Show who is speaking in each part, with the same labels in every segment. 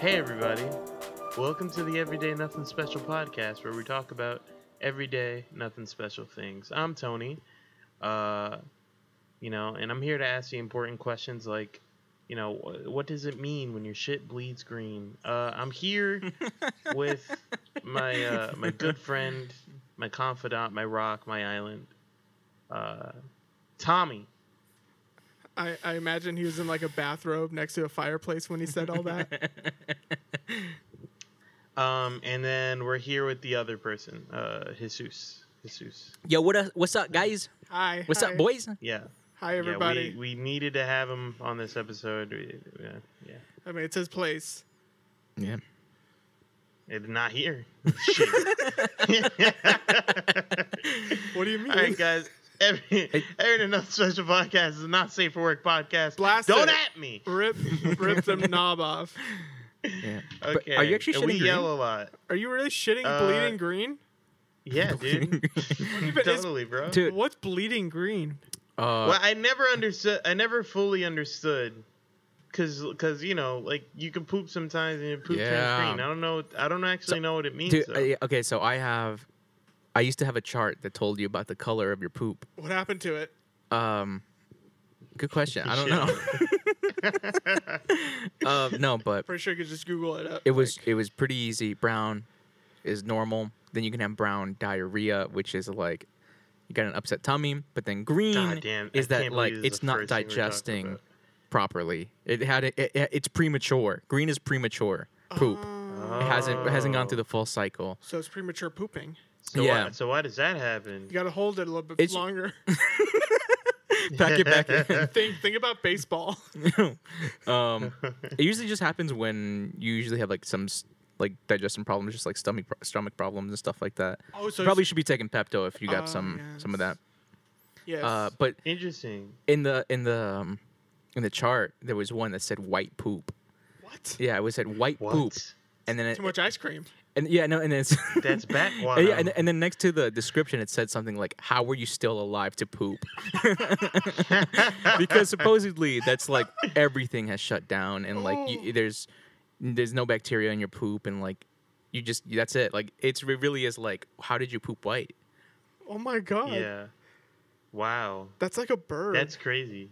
Speaker 1: Hey, everybody. Welcome to the Everyday Nothing Special podcast where we talk about everyday, nothing special things. I'm Tony, uh, you know, and I'm here to ask you important questions like, you know, wh- what does it mean when your shit bleeds green? Uh, I'm here with my uh, my good friend, my confidant, my rock, my island, uh, Tommy.
Speaker 2: I, I imagine he was in like a bathrobe next to a fireplace when he said all that.
Speaker 1: Um, and then we're here with the other person, uh, Jesus. Jesus.
Speaker 3: Yo, what up, what's up, guys?
Speaker 2: Hi.
Speaker 3: What's
Speaker 2: hi.
Speaker 3: up, boys?
Speaker 1: Yeah.
Speaker 2: Hi, everybody.
Speaker 1: Yeah, we, we needed to have him on this episode. We, yeah, yeah.
Speaker 2: I mean, it's his place.
Speaker 3: Yeah.
Speaker 1: It's not here. Shit.
Speaker 2: What do you mean?
Speaker 1: All right, guys. Every, every another special podcast is not safe for work podcast.
Speaker 2: Blast
Speaker 1: Don't
Speaker 2: it.
Speaker 1: at me.
Speaker 2: Rip, rip them knob off.
Speaker 3: yeah. But
Speaker 1: Okay.
Speaker 3: Are you actually
Speaker 1: And
Speaker 3: shitting
Speaker 1: We
Speaker 3: green?
Speaker 1: yell a lot.
Speaker 2: Are you really shitting
Speaker 1: Uh,
Speaker 2: bleeding green?
Speaker 1: Yeah, dude.
Speaker 2: But it's-
Speaker 1: totally, bro.
Speaker 3: Dude.
Speaker 2: What's bleeding green?
Speaker 3: Uh,
Speaker 1: Well, I never understood. I never fully understood. Cause, Cause, you know, like you can poop sometimes and your poop
Speaker 3: Yeah.
Speaker 1: turns green. I don't know. I don't actually
Speaker 3: So-
Speaker 1: know what it means.
Speaker 3: dude, uh,
Speaker 1: though.
Speaker 3: I- okay, so I have, I used to have a chart that told you about the color of your poop.
Speaker 2: What happened to it?
Speaker 3: Um, good question. I don't know. um, no, but
Speaker 2: Pretty sure you could just Google it up.
Speaker 3: it was it was pretty easy. Brown is normal. Then you can have brown diarrhea, which is like you got an upset tummy. But then green
Speaker 1: God damn, I
Speaker 3: is that
Speaker 1: can't
Speaker 3: like
Speaker 1: believe this is
Speaker 3: it's
Speaker 1: the
Speaker 3: not
Speaker 1: first thing we're talking
Speaker 3: digesting
Speaker 1: about.
Speaker 3: properly. It had it, it, it's premature. Green is premature poop.
Speaker 2: Oh.
Speaker 3: It hasn't it hasn't gone through
Speaker 1: Oh.
Speaker 3: the full cycle.
Speaker 2: So it's premature pooping.
Speaker 1: So
Speaker 3: Yeah.
Speaker 1: Why, so why does that happen?
Speaker 2: You got to hold it a little bit
Speaker 3: It's-
Speaker 2: longer.
Speaker 3: Pack it back in.
Speaker 2: think think about baseball.
Speaker 3: um, it usually just happens when you usually have like some s- like digestion problems, just like stomach pro- stomach problems and stuff like that.
Speaker 2: Oh, so
Speaker 3: you probably
Speaker 2: it's-
Speaker 3: should be taking Pepto if you got
Speaker 2: Oh,
Speaker 3: some some of
Speaker 2: yes.
Speaker 3: that.
Speaker 2: Yes.
Speaker 3: Uh, but
Speaker 1: Interesting.
Speaker 3: in the in the um, in the chart, there was one that said white poop.
Speaker 2: what?
Speaker 3: Yeah, it was said white
Speaker 1: What?
Speaker 3: poop, and then
Speaker 2: Too
Speaker 3: it,
Speaker 2: much ice cream.
Speaker 3: and yeah, no, and then it's
Speaker 1: That's back
Speaker 3: And, yeah, and, and then next to the description, it said something like, "How were you still alive to poop?" because supposedly that's like everything has shut down, and like
Speaker 2: Oh.
Speaker 3: you, there's there's no bacteria in your poop, and like you just that's it. Like it's it really is like, how did you poop white?
Speaker 2: Oh my god.
Speaker 1: Yeah. Wow.
Speaker 2: That's like a bird.
Speaker 1: That's crazy.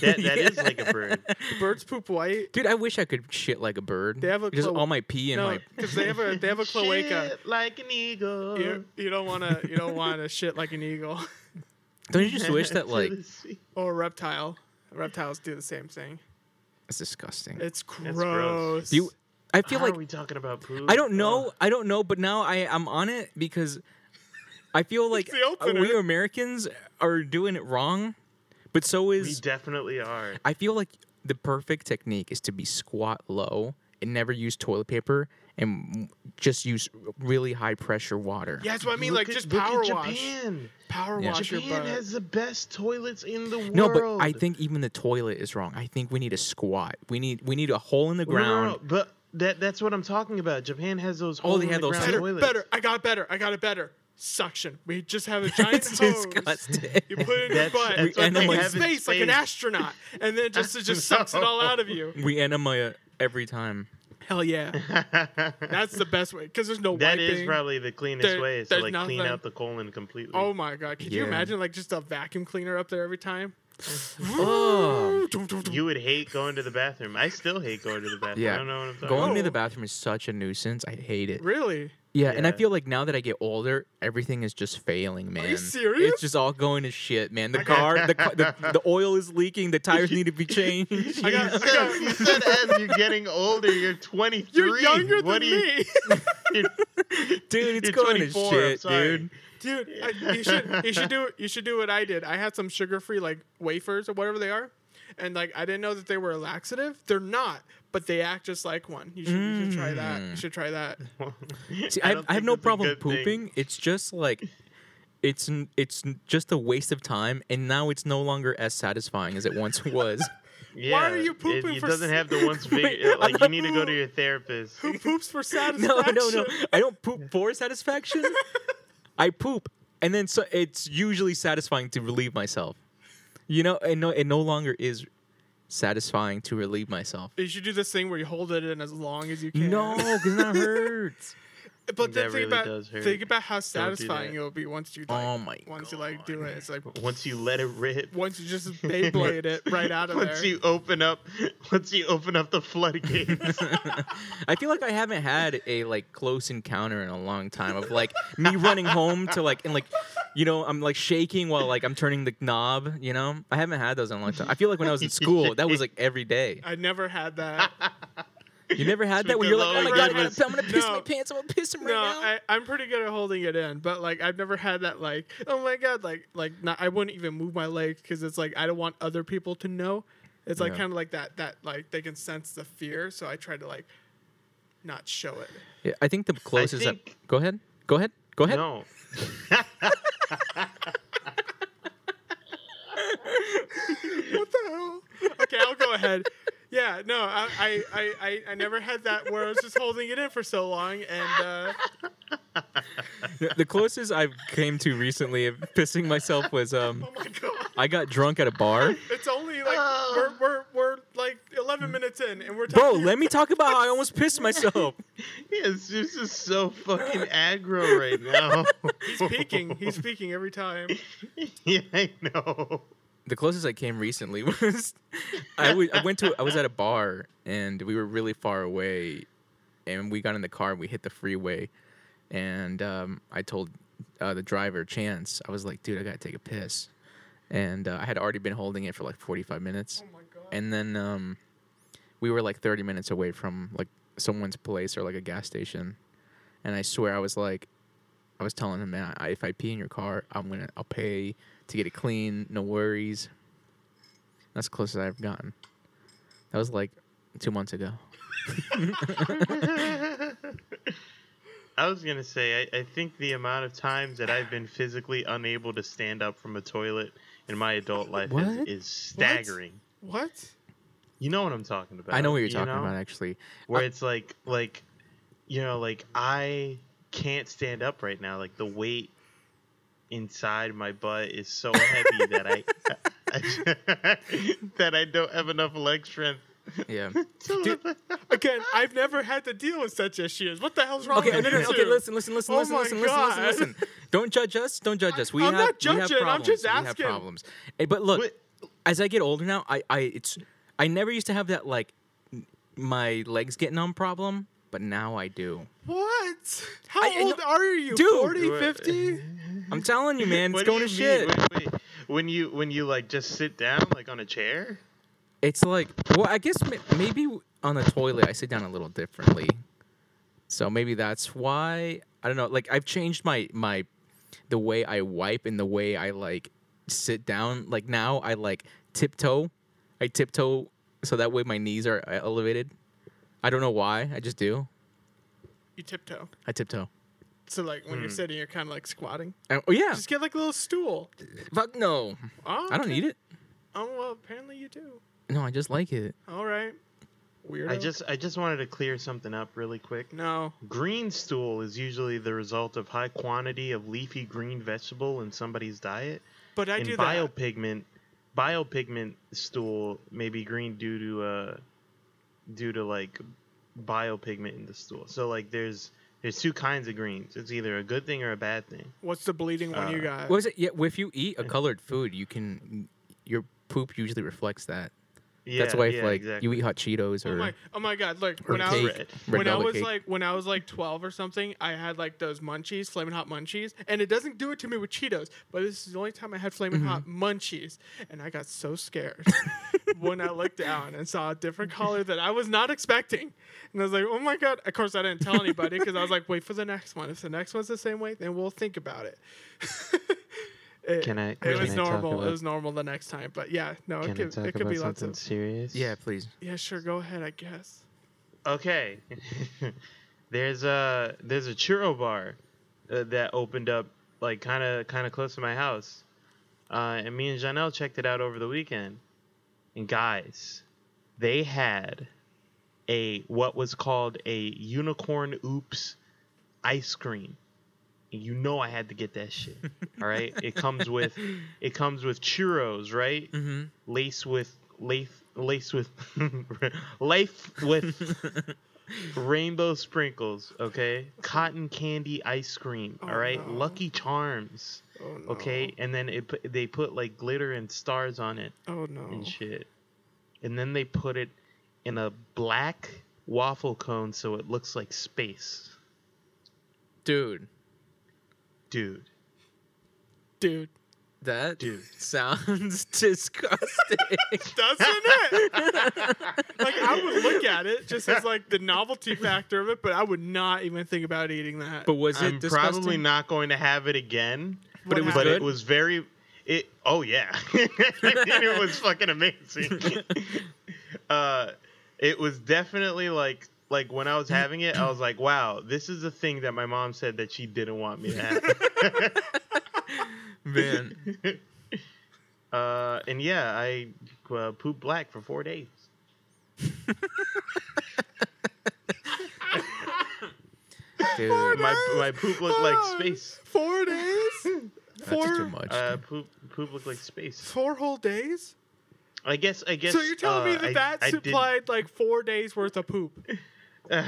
Speaker 1: That that is like a bird.
Speaker 2: Birds poop white.
Speaker 3: Dude, I wish I could shit like a bird.
Speaker 2: They have a
Speaker 3: just
Speaker 2: clo-
Speaker 3: all my pee and
Speaker 2: No,
Speaker 3: my
Speaker 2: because they have a they have a cloaca.
Speaker 1: Shit like an eagle.
Speaker 2: You, you don't want to you don't want to shit like an eagle
Speaker 3: Don't you just wish that
Speaker 1: To
Speaker 3: like
Speaker 1: the sea.
Speaker 2: or a reptile. Reptiles do the same thing.
Speaker 3: it's disgusting.
Speaker 2: It's gross.
Speaker 1: gross.
Speaker 3: Do you? I feel
Speaker 1: How
Speaker 3: like
Speaker 1: are we talking about poop?
Speaker 3: I don't know.
Speaker 1: Ugh.
Speaker 3: I don't know. But now I I'm on it because I feel like
Speaker 2: the opener.
Speaker 3: we Americans are doing it wrong. But so
Speaker 1: Oh, we
Speaker 3: is
Speaker 1: definitely are.
Speaker 3: I feel like the perfect technique is to be squat low and never use toilet paper and just use really high pressure water.
Speaker 2: Yeah, that's what I mean.
Speaker 1: Look
Speaker 2: like
Speaker 1: at-
Speaker 2: just
Speaker 1: look at
Speaker 2: power wash.
Speaker 1: Japan.
Speaker 2: Power
Speaker 3: Yeah.
Speaker 2: wash your
Speaker 1: Japan
Speaker 2: butt.
Speaker 1: has the best toilets in the world.
Speaker 3: No, but I think even the toilet is wrong. I think we need a squat. We need we need a hole in the
Speaker 1: No, no, no,
Speaker 3: ground.
Speaker 1: but that that's what I'm talking about. Japan has those.
Speaker 3: Oh, they
Speaker 1: hole in
Speaker 3: have
Speaker 1: the
Speaker 3: those
Speaker 1: ground
Speaker 2: better,
Speaker 1: toilets.
Speaker 2: better. I got better. I got it better. Suction. We just have a giant
Speaker 3: It's
Speaker 2: hose.
Speaker 3: disgusting.
Speaker 2: You put it in your
Speaker 1: That's-
Speaker 2: butt.
Speaker 1: that's
Speaker 2: That's
Speaker 3: what
Speaker 2: and
Speaker 3: they
Speaker 2: then
Speaker 3: have
Speaker 1: in
Speaker 2: space, like an
Speaker 1: space.
Speaker 2: astronaut, and then it just it just sucks it all out of you.
Speaker 3: We enema every time.
Speaker 2: Hell yeah. That's the best way because there's no
Speaker 1: That
Speaker 2: wiping.
Speaker 1: is probably the cleanest
Speaker 2: There-
Speaker 1: way is to
Speaker 2: there's
Speaker 1: like clean
Speaker 2: nothing.
Speaker 1: out the colon completely.
Speaker 2: Oh my god! Could you
Speaker 3: Yeah.
Speaker 2: imagine like just a vacuum cleaner up there every time?
Speaker 3: Oh.
Speaker 1: Um, You would hate going to the bathroom. I still hate going to the bathroom.
Speaker 3: Yeah.
Speaker 1: I don't know what I'm talking
Speaker 3: Going
Speaker 1: about.
Speaker 3: to the bathroom is such a nuisance. I hate it.
Speaker 2: Really?
Speaker 3: Yeah, and I
Speaker 1: Yeah.
Speaker 3: feel like now that I get older, everything is just failing, man.
Speaker 2: serious?
Speaker 3: It's just all going to shit, man. The car, the, ca- the the oil is leaking. The tires need to be changed.
Speaker 2: Oh, I got-
Speaker 1: You said, you said as you're getting older, you're 23.
Speaker 2: You're younger
Speaker 1: what
Speaker 2: than
Speaker 1: do you,
Speaker 2: me,
Speaker 3: dude, it's
Speaker 1: You're
Speaker 3: going to
Speaker 1: 24, I'm
Speaker 3: shit,
Speaker 1: sorry.
Speaker 3: dude.
Speaker 2: dude. I, you should you should do you should do what I did. I had some sugar-free like wafers or whatever they are, and like I didn't know that they were a laxative. They're not, but they act just like one. You should, you should try that.
Speaker 1: Mm.
Speaker 2: You should try that.
Speaker 3: See, I, have-
Speaker 1: don't
Speaker 3: I have
Speaker 1: think
Speaker 3: no
Speaker 1: that's a
Speaker 3: problem
Speaker 1: good thing.
Speaker 3: pooping. It's just like it's n- it's n- just a waste of time, and now it's no longer as satisfying as it once was.
Speaker 1: Yeah,
Speaker 2: are you
Speaker 1: it-
Speaker 2: pooping
Speaker 1: It,
Speaker 2: for
Speaker 1: doesn't
Speaker 2: s-
Speaker 1: have the ones
Speaker 3: Wait,
Speaker 1: figure. Like, you
Speaker 3: I'm
Speaker 1: need to go to your therapist.
Speaker 2: Who poops for
Speaker 3: no,
Speaker 2: satisfaction?
Speaker 3: no, no. I don't poop for satisfaction. I poop, and then so it's usually satisfying to relieve myself. You know, and no, it no longer is satisfying to relieve myself.
Speaker 2: You should do this thing where you hold it in as long as you can.
Speaker 3: No, because that hurts.
Speaker 2: but
Speaker 1: That
Speaker 2: then think
Speaker 1: really
Speaker 2: about
Speaker 1: does hurt.
Speaker 2: think about how
Speaker 1: do
Speaker 2: satisfying
Speaker 1: that.
Speaker 2: it'll be once you like
Speaker 3: Oh my
Speaker 2: once you like do it. It's like
Speaker 1: Once you let it rip.
Speaker 2: once you just Beyblade it right out of
Speaker 1: once
Speaker 2: there.
Speaker 1: you open up, once you open up the floodgates.
Speaker 3: I feel like I haven't had a like close encounter in a long time of like me running home to like and like you know I'm like shaking while like I'm turning the knob. You know I haven't had those in a long time. I feel like when I was in school that was like every day.
Speaker 2: I never had that.
Speaker 3: You never had
Speaker 1: That's
Speaker 3: that
Speaker 1: what
Speaker 3: where you're
Speaker 1: the
Speaker 3: like oh my
Speaker 1: lower
Speaker 3: god I'm
Speaker 1: grade was.
Speaker 3: gonna, I'm gonna piss my
Speaker 2: No.
Speaker 3: pants I'm gonna piss them right
Speaker 2: no,
Speaker 3: now.
Speaker 2: I, I'm pretty good at holding it in, but like I've never had that like oh my god like like not, I wouldn't even move my legs because it's like I don't want other people to know. It's like
Speaker 3: Yeah.
Speaker 2: kind of like that that like they can sense the fear, so I try to like not show it.
Speaker 3: Yeah, I think the closest. I-
Speaker 1: think-
Speaker 3: go ahead. Go ahead. Go ahead.
Speaker 1: no.
Speaker 2: what the hell? Okay, I'll go ahead. Yeah, no, I, I, I, I, I never had that where I was just holding it in for so long, and uh,
Speaker 3: The closest I've came to recently of pissing myself was um
Speaker 2: oh my god,
Speaker 3: I got drunk at a bar.
Speaker 2: it's only like we're,
Speaker 1: Oh.
Speaker 2: we're we're like eleven minutes in, and we're
Speaker 3: Bro,
Speaker 2: talking.
Speaker 3: let me talk about how I almost pissed myself.
Speaker 1: Yes, this is so fucking aggro right now.
Speaker 2: He's peeking. He's peeking every time.
Speaker 1: yeah, I know.
Speaker 3: The closest I came recently was I wa- I went to I was at a bar and we were really far away, and we got in the car and we hit the freeway, and um, I told uh, the driver Chance I was like, dude, I gotta take a piss, and uh, I had already been holding it for like forty five minutes.
Speaker 2: Oh my god.
Speaker 3: and then um, we were like 30 minutes away from like someone's place or like a gas station and i swear i was like i was telling him man I, if i pee in your car i'm gonna i'll pay to get it clean no worries that's the closest i've gotten that was like two months ago
Speaker 1: I was gonna say, I, I think the amount of times that I've been physically unable to stand up from a toilet in my adult life is,
Speaker 3: What?
Speaker 1: is staggering.
Speaker 2: What?
Speaker 1: You know what I'm talking about.
Speaker 3: i know what you're
Speaker 1: you
Speaker 3: talking
Speaker 1: know?
Speaker 3: about actually
Speaker 1: Where it's like, like, you know, like I can't stand up right now. Like the weight inside my butt is so heavy that I, I that I don't have enough leg strength.
Speaker 3: yeah
Speaker 1: to lift it.
Speaker 2: Again, I've never had to deal with such issues. What the hell's wrong
Speaker 3: okay no,
Speaker 2: with
Speaker 3: no,
Speaker 2: you
Speaker 3: no, okay
Speaker 2: two?
Speaker 3: listen listen listen
Speaker 2: Oh
Speaker 3: listen
Speaker 2: my
Speaker 3: listen listen listen
Speaker 2: God.
Speaker 3: listen don't judge us don't judge us we
Speaker 2: I'm
Speaker 3: have
Speaker 2: not
Speaker 3: we have
Speaker 2: judging, I'm
Speaker 3: problems
Speaker 2: just
Speaker 3: we have
Speaker 2: asking.
Speaker 3: problems Eh, but look
Speaker 1: What-
Speaker 3: as I get older now, I, I it's I never used to have that like n- my legs get numb problem, but now I do.
Speaker 2: What? How
Speaker 3: I- I
Speaker 2: old
Speaker 3: know-
Speaker 2: are you?
Speaker 3: Dude.
Speaker 2: 40,
Speaker 1: What-
Speaker 2: 50?
Speaker 3: I'm telling you, man, it's
Speaker 1: What do
Speaker 3: going to
Speaker 1: you mean?
Speaker 3: shit.
Speaker 1: Wait, wait. When you when you like just sit down like on a chair?
Speaker 3: It's like, well, I guess ma- maybe on the toilet I sit down a little differently, so maybe that's why I don't know. Like I've changed my my the way I wipe and the way I like sit down. Like now I like tiptoe, I tiptoe so that way my knees are uh, elevated. I don't know why, I just do.
Speaker 2: You tiptoe.
Speaker 3: I tiptoe.
Speaker 2: So like when
Speaker 1: Hmm.
Speaker 2: you're sitting, you're kind of like squatting.
Speaker 3: And- oh yeah,
Speaker 2: Just get like a little stool.
Speaker 3: fuck no.
Speaker 2: Oh,
Speaker 3: I don't need it.
Speaker 2: Oh well, apparently you do.
Speaker 3: No, I just like it.
Speaker 2: All right. Weird.
Speaker 1: I just I just wanted to clear something up really quick.
Speaker 2: no.
Speaker 1: Green stool is usually the result of high quantity of leafy green vegetable in somebody's diet.
Speaker 2: But I
Speaker 1: and
Speaker 2: do that.
Speaker 1: biopigment biopigment stool may be green due to uh due to like biopigment in the stool. So like there's there's two kinds of greens. It's either a good thing or a bad thing.
Speaker 2: What's the bleeding one you
Speaker 1: Uh,
Speaker 2: got?
Speaker 3: What is it? Yeah, if you eat a colored food, you can your poop usually reflects that.
Speaker 1: Yeah,
Speaker 3: That's why if
Speaker 1: yeah,
Speaker 3: like
Speaker 1: exactly.
Speaker 3: you eat hot Cheetos
Speaker 2: Oh
Speaker 3: or
Speaker 2: my, oh my god! Like
Speaker 3: or
Speaker 2: when I was,
Speaker 3: cake,
Speaker 1: Red
Speaker 2: when I
Speaker 3: Velvet
Speaker 2: was
Speaker 3: cake.
Speaker 2: like when I was like twelve or something, I had like those munchies, flaming hot munchies, and it doesn't do it to me with Cheetos, but this is the only time I had flaming
Speaker 1: Mm-hmm.
Speaker 2: hot munchies, and I got so scared when I looked down and saw a different color that I was not expecting, and I was like, oh my god! Of course, I didn't tell anybody because I was like, wait for the next one. If the next one's the same way, then we'll think about it. it
Speaker 1: Can I-
Speaker 2: It
Speaker 1: can
Speaker 2: was
Speaker 1: I talk
Speaker 2: normal.
Speaker 1: about-
Speaker 2: it was normal the next time, but yeah, no,
Speaker 1: Can
Speaker 2: it could,
Speaker 1: I talk
Speaker 2: it could
Speaker 1: about
Speaker 2: be lots
Speaker 1: something
Speaker 2: of.
Speaker 1: serious?
Speaker 3: yeah, please.
Speaker 2: Yeah, sure. Go ahead. I guess.
Speaker 1: Okay. there's a there's a churro bar uh, that opened up like kind of kind of close to my house, uh, and me and Janelle checked it out over the weekend. And guys, they had a what was called a unicorn oops ice cream. And You know I had to get that shit. All right, it comes with it comes with churros, right?
Speaker 3: Mm-hmm.
Speaker 1: Laced with lace lace with life with rainbow sprinkles. Okay, cotton candy ice cream.
Speaker 2: Oh,
Speaker 1: all right,
Speaker 2: no.
Speaker 1: Lucky Charms.
Speaker 2: Oh, no.
Speaker 1: Okay, and then it put, they put like glitter and stars on it
Speaker 2: Oh no.
Speaker 1: and shit, and then they put it in a black waffle cone so it looks like space,
Speaker 3: Dude,
Speaker 1: dude.
Speaker 2: Dude.
Speaker 3: that
Speaker 1: Dude.
Speaker 3: sounds disgusting.
Speaker 2: Doesn't it? like I would look at it just as like the novelty factor of it, but I would not even think about eating that.
Speaker 3: but was it
Speaker 1: I'm
Speaker 3: disgusting?
Speaker 1: probably not going to have it again.
Speaker 2: But it was
Speaker 1: but
Speaker 3: good?
Speaker 1: it was very it oh yeah. it was fucking amazing. uh it was definitely like like when I was having it, I was like, wow, this is the thing that my mom said that she didn't want me to have.
Speaker 3: Man,
Speaker 1: uh and yeah, I uh, pooped black for 4 days.
Speaker 3: dude,
Speaker 1: My my poop looked like
Speaker 2: Oh!
Speaker 1: space.
Speaker 2: Four days?
Speaker 3: that's too
Speaker 2: Four
Speaker 3: much.
Speaker 1: Uh poop poop looked like space.
Speaker 2: four whole days?
Speaker 1: I guess I guess
Speaker 2: so you're telling me
Speaker 1: uh,
Speaker 2: that
Speaker 1: I-
Speaker 2: that
Speaker 1: I did-
Speaker 2: supplied like four days worth of poop?
Speaker 1: uh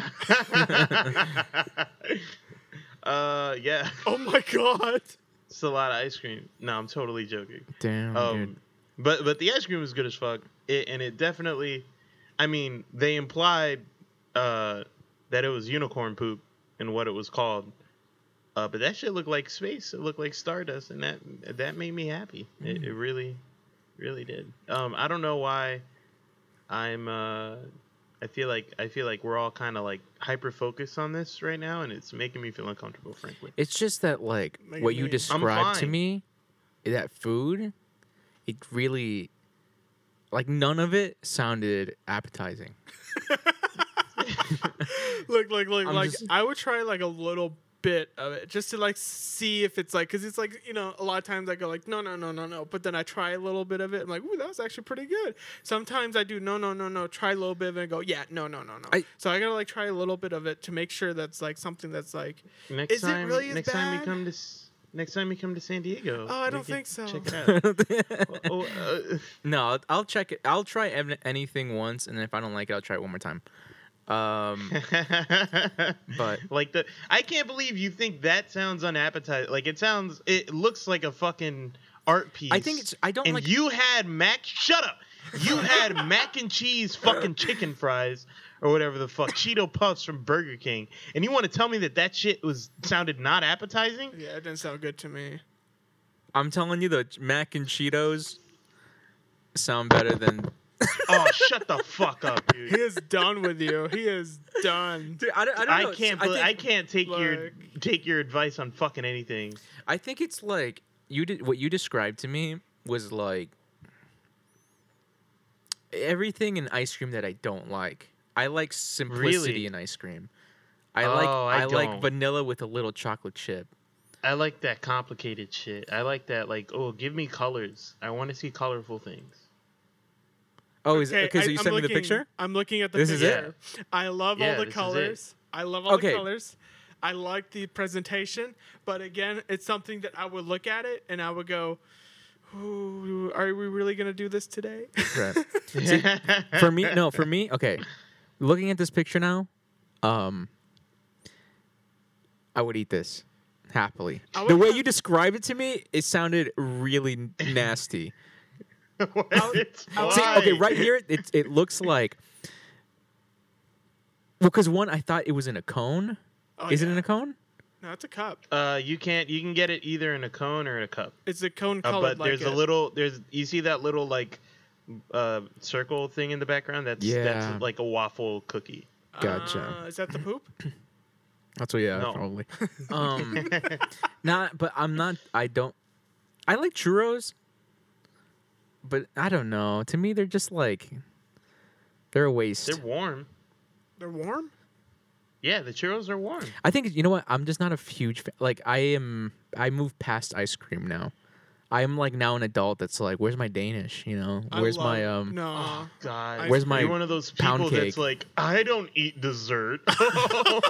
Speaker 1: yeah.
Speaker 2: Oh my god!
Speaker 1: It's a lot of ice cream. No, I'm totally joking.
Speaker 3: Damn, dude.
Speaker 1: Um, but but the ice cream was good as fuck. It, and it definitely, I mean, they implied uh, that it was unicorn poop and what it was called. Uh, but that shit looked like space. It looked like stardust, and that that made me happy.
Speaker 3: Mm.
Speaker 1: It, it really, really did. Um, I don't know why I'm. Uh, I feel like I feel like we're all kind of like hyper focused on this right now, and it's making me feel uncomfortable. Frankly,
Speaker 3: It's just that like
Speaker 2: Make
Speaker 3: what
Speaker 2: it
Speaker 3: you
Speaker 2: me. I'm
Speaker 3: described to
Speaker 1: fine.
Speaker 3: me, that food, it really like none of it sounded appetizing.
Speaker 2: Look, look, look,
Speaker 3: I'm
Speaker 2: like
Speaker 3: just-
Speaker 2: I would try like a little bit of it just to like see if it's like because it's like you know a lot of times I go like no no no no no but then I try a little bit of it I'm like ooh that was actually pretty good sometimes I do no no no no try a little bit of it and go yeah no no no no
Speaker 3: I-
Speaker 2: so I gotta like try a little bit of it to make sure that's like something that's like
Speaker 1: Next
Speaker 2: Is it
Speaker 1: time,
Speaker 2: really as
Speaker 1: next time
Speaker 2: bad?
Speaker 1: you come to s- next time you come to San Diego.
Speaker 2: Oh, I
Speaker 1: we
Speaker 2: don't
Speaker 1: can
Speaker 2: think so.
Speaker 1: Check it out. oh, uh,
Speaker 3: no, I'll, I'll check it. I'll try ev- anything once, and then if I don't like it, I'll try it one more time. Um, But-
Speaker 1: oh. like the I can't believe you think that sounds unappetizing. Like it sounds it looks like a fucking art piece.
Speaker 3: I think it's. I don't
Speaker 1: and
Speaker 3: like.
Speaker 1: you had mac shut up. You had mac and cheese fucking chicken fries or whatever the fuck Cheeto puffs from Burger King and you want to tell me that that shit was sounded not appetizing?
Speaker 2: yeah it didn't sound good to me
Speaker 3: I'm telling you, the mac and Cheetos sound better than.
Speaker 1: Oh, shut the fuck up, dude.
Speaker 2: he is done with you he is done
Speaker 3: Dude, I, don't, I don't
Speaker 1: I
Speaker 3: know.
Speaker 1: can't.
Speaker 3: I
Speaker 1: bel-
Speaker 3: think,
Speaker 1: I can't take your
Speaker 2: like-
Speaker 1: take your advice on fucking anything.
Speaker 3: I think it's like you did what you described to me was like everything in ice cream that I don't like. I like simplicity
Speaker 1: Really?
Speaker 3: in ice cream. I like
Speaker 1: Oh,
Speaker 3: I,
Speaker 1: I
Speaker 3: like
Speaker 1: don't.
Speaker 3: vanilla with a little chocolate chip.
Speaker 1: I like that complicated shit. I like that. Like, oh, give me colors. I want to see colorful things.
Speaker 3: Oh, is okay?
Speaker 2: I-
Speaker 3: So you
Speaker 2: I'm
Speaker 3: sent me the
Speaker 2: looking-
Speaker 3: picture.
Speaker 2: I'm looking at the
Speaker 3: This is it?
Speaker 2: picture. I love
Speaker 1: Yeah,
Speaker 2: all the
Speaker 1: this is it.
Speaker 2: colors. I love all
Speaker 3: Okay.
Speaker 2: the colors. I like the presentation, but again, it's something that I would look at it and I would go, "Ooh, are we really gonna do this today?"
Speaker 3: Right. for me, no. For me, okay. Looking at this picture now, um, I would eat this happily.
Speaker 2: I
Speaker 3: The
Speaker 2: would
Speaker 3: way
Speaker 2: have-
Speaker 3: you described it to me, it sounded really n- nasty.
Speaker 1: What?
Speaker 2: I'll-
Speaker 3: See, okay,
Speaker 1: Why?
Speaker 3: right here, it it looks like. Well, because one, I thought it was in a cone.
Speaker 2: Oh,
Speaker 3: Is it
Speaker 2: yeah.
Speaker 3: in a cone?
Speaker 2: No, it's a cup.
Speaker 1: Uh, you can't. You can get it either in a cone or in a cup.
Speaker 2: It's a cone
Speaker 1: Uh,
Speaker 2: colored
Speaker 1: but
Speaker 2: like
Speaker 1: there's a
Speaker 2: it.
Speaker 1: little. There's you see that little like uh circle thing in the background. That's
Speaker 3: Yeah.
Speaker 1: that's like a waffle cookie.
Speaker 3: Gotcha.
Speaker 2: Uh, is that the poop?
Speaker 3: That's what. Yeah,
Speaker 1: No.
Speaker 3: probably. Um, not. But I'm not. I don't. I like churros, but I don't know. To me, they're just like they're a waste.
Speaker 1: They're warm.
Speaker 2: They're warm.
Speaker 1: Yeah, the churros are warm.
Speaker 3: I think you know what. I'm just not a huge fan. Like I am. I move past ice cream now. I'm like now an adult that's like, where's my Danish? You know,
Speaker 2: I
Speaker 3: where's
Speaker 2: love-
Speaker 3: my um?
Speaker 2: No.
Speaker 1: God,
Speaker 2: I-
Speaker 3: Where's my
Speaker 1: Oh, You're one of those people
Speaker 3: pound
Speaker 1: that's
Speaker 3: cake?
Speaker 1: like, I don't eat dessert.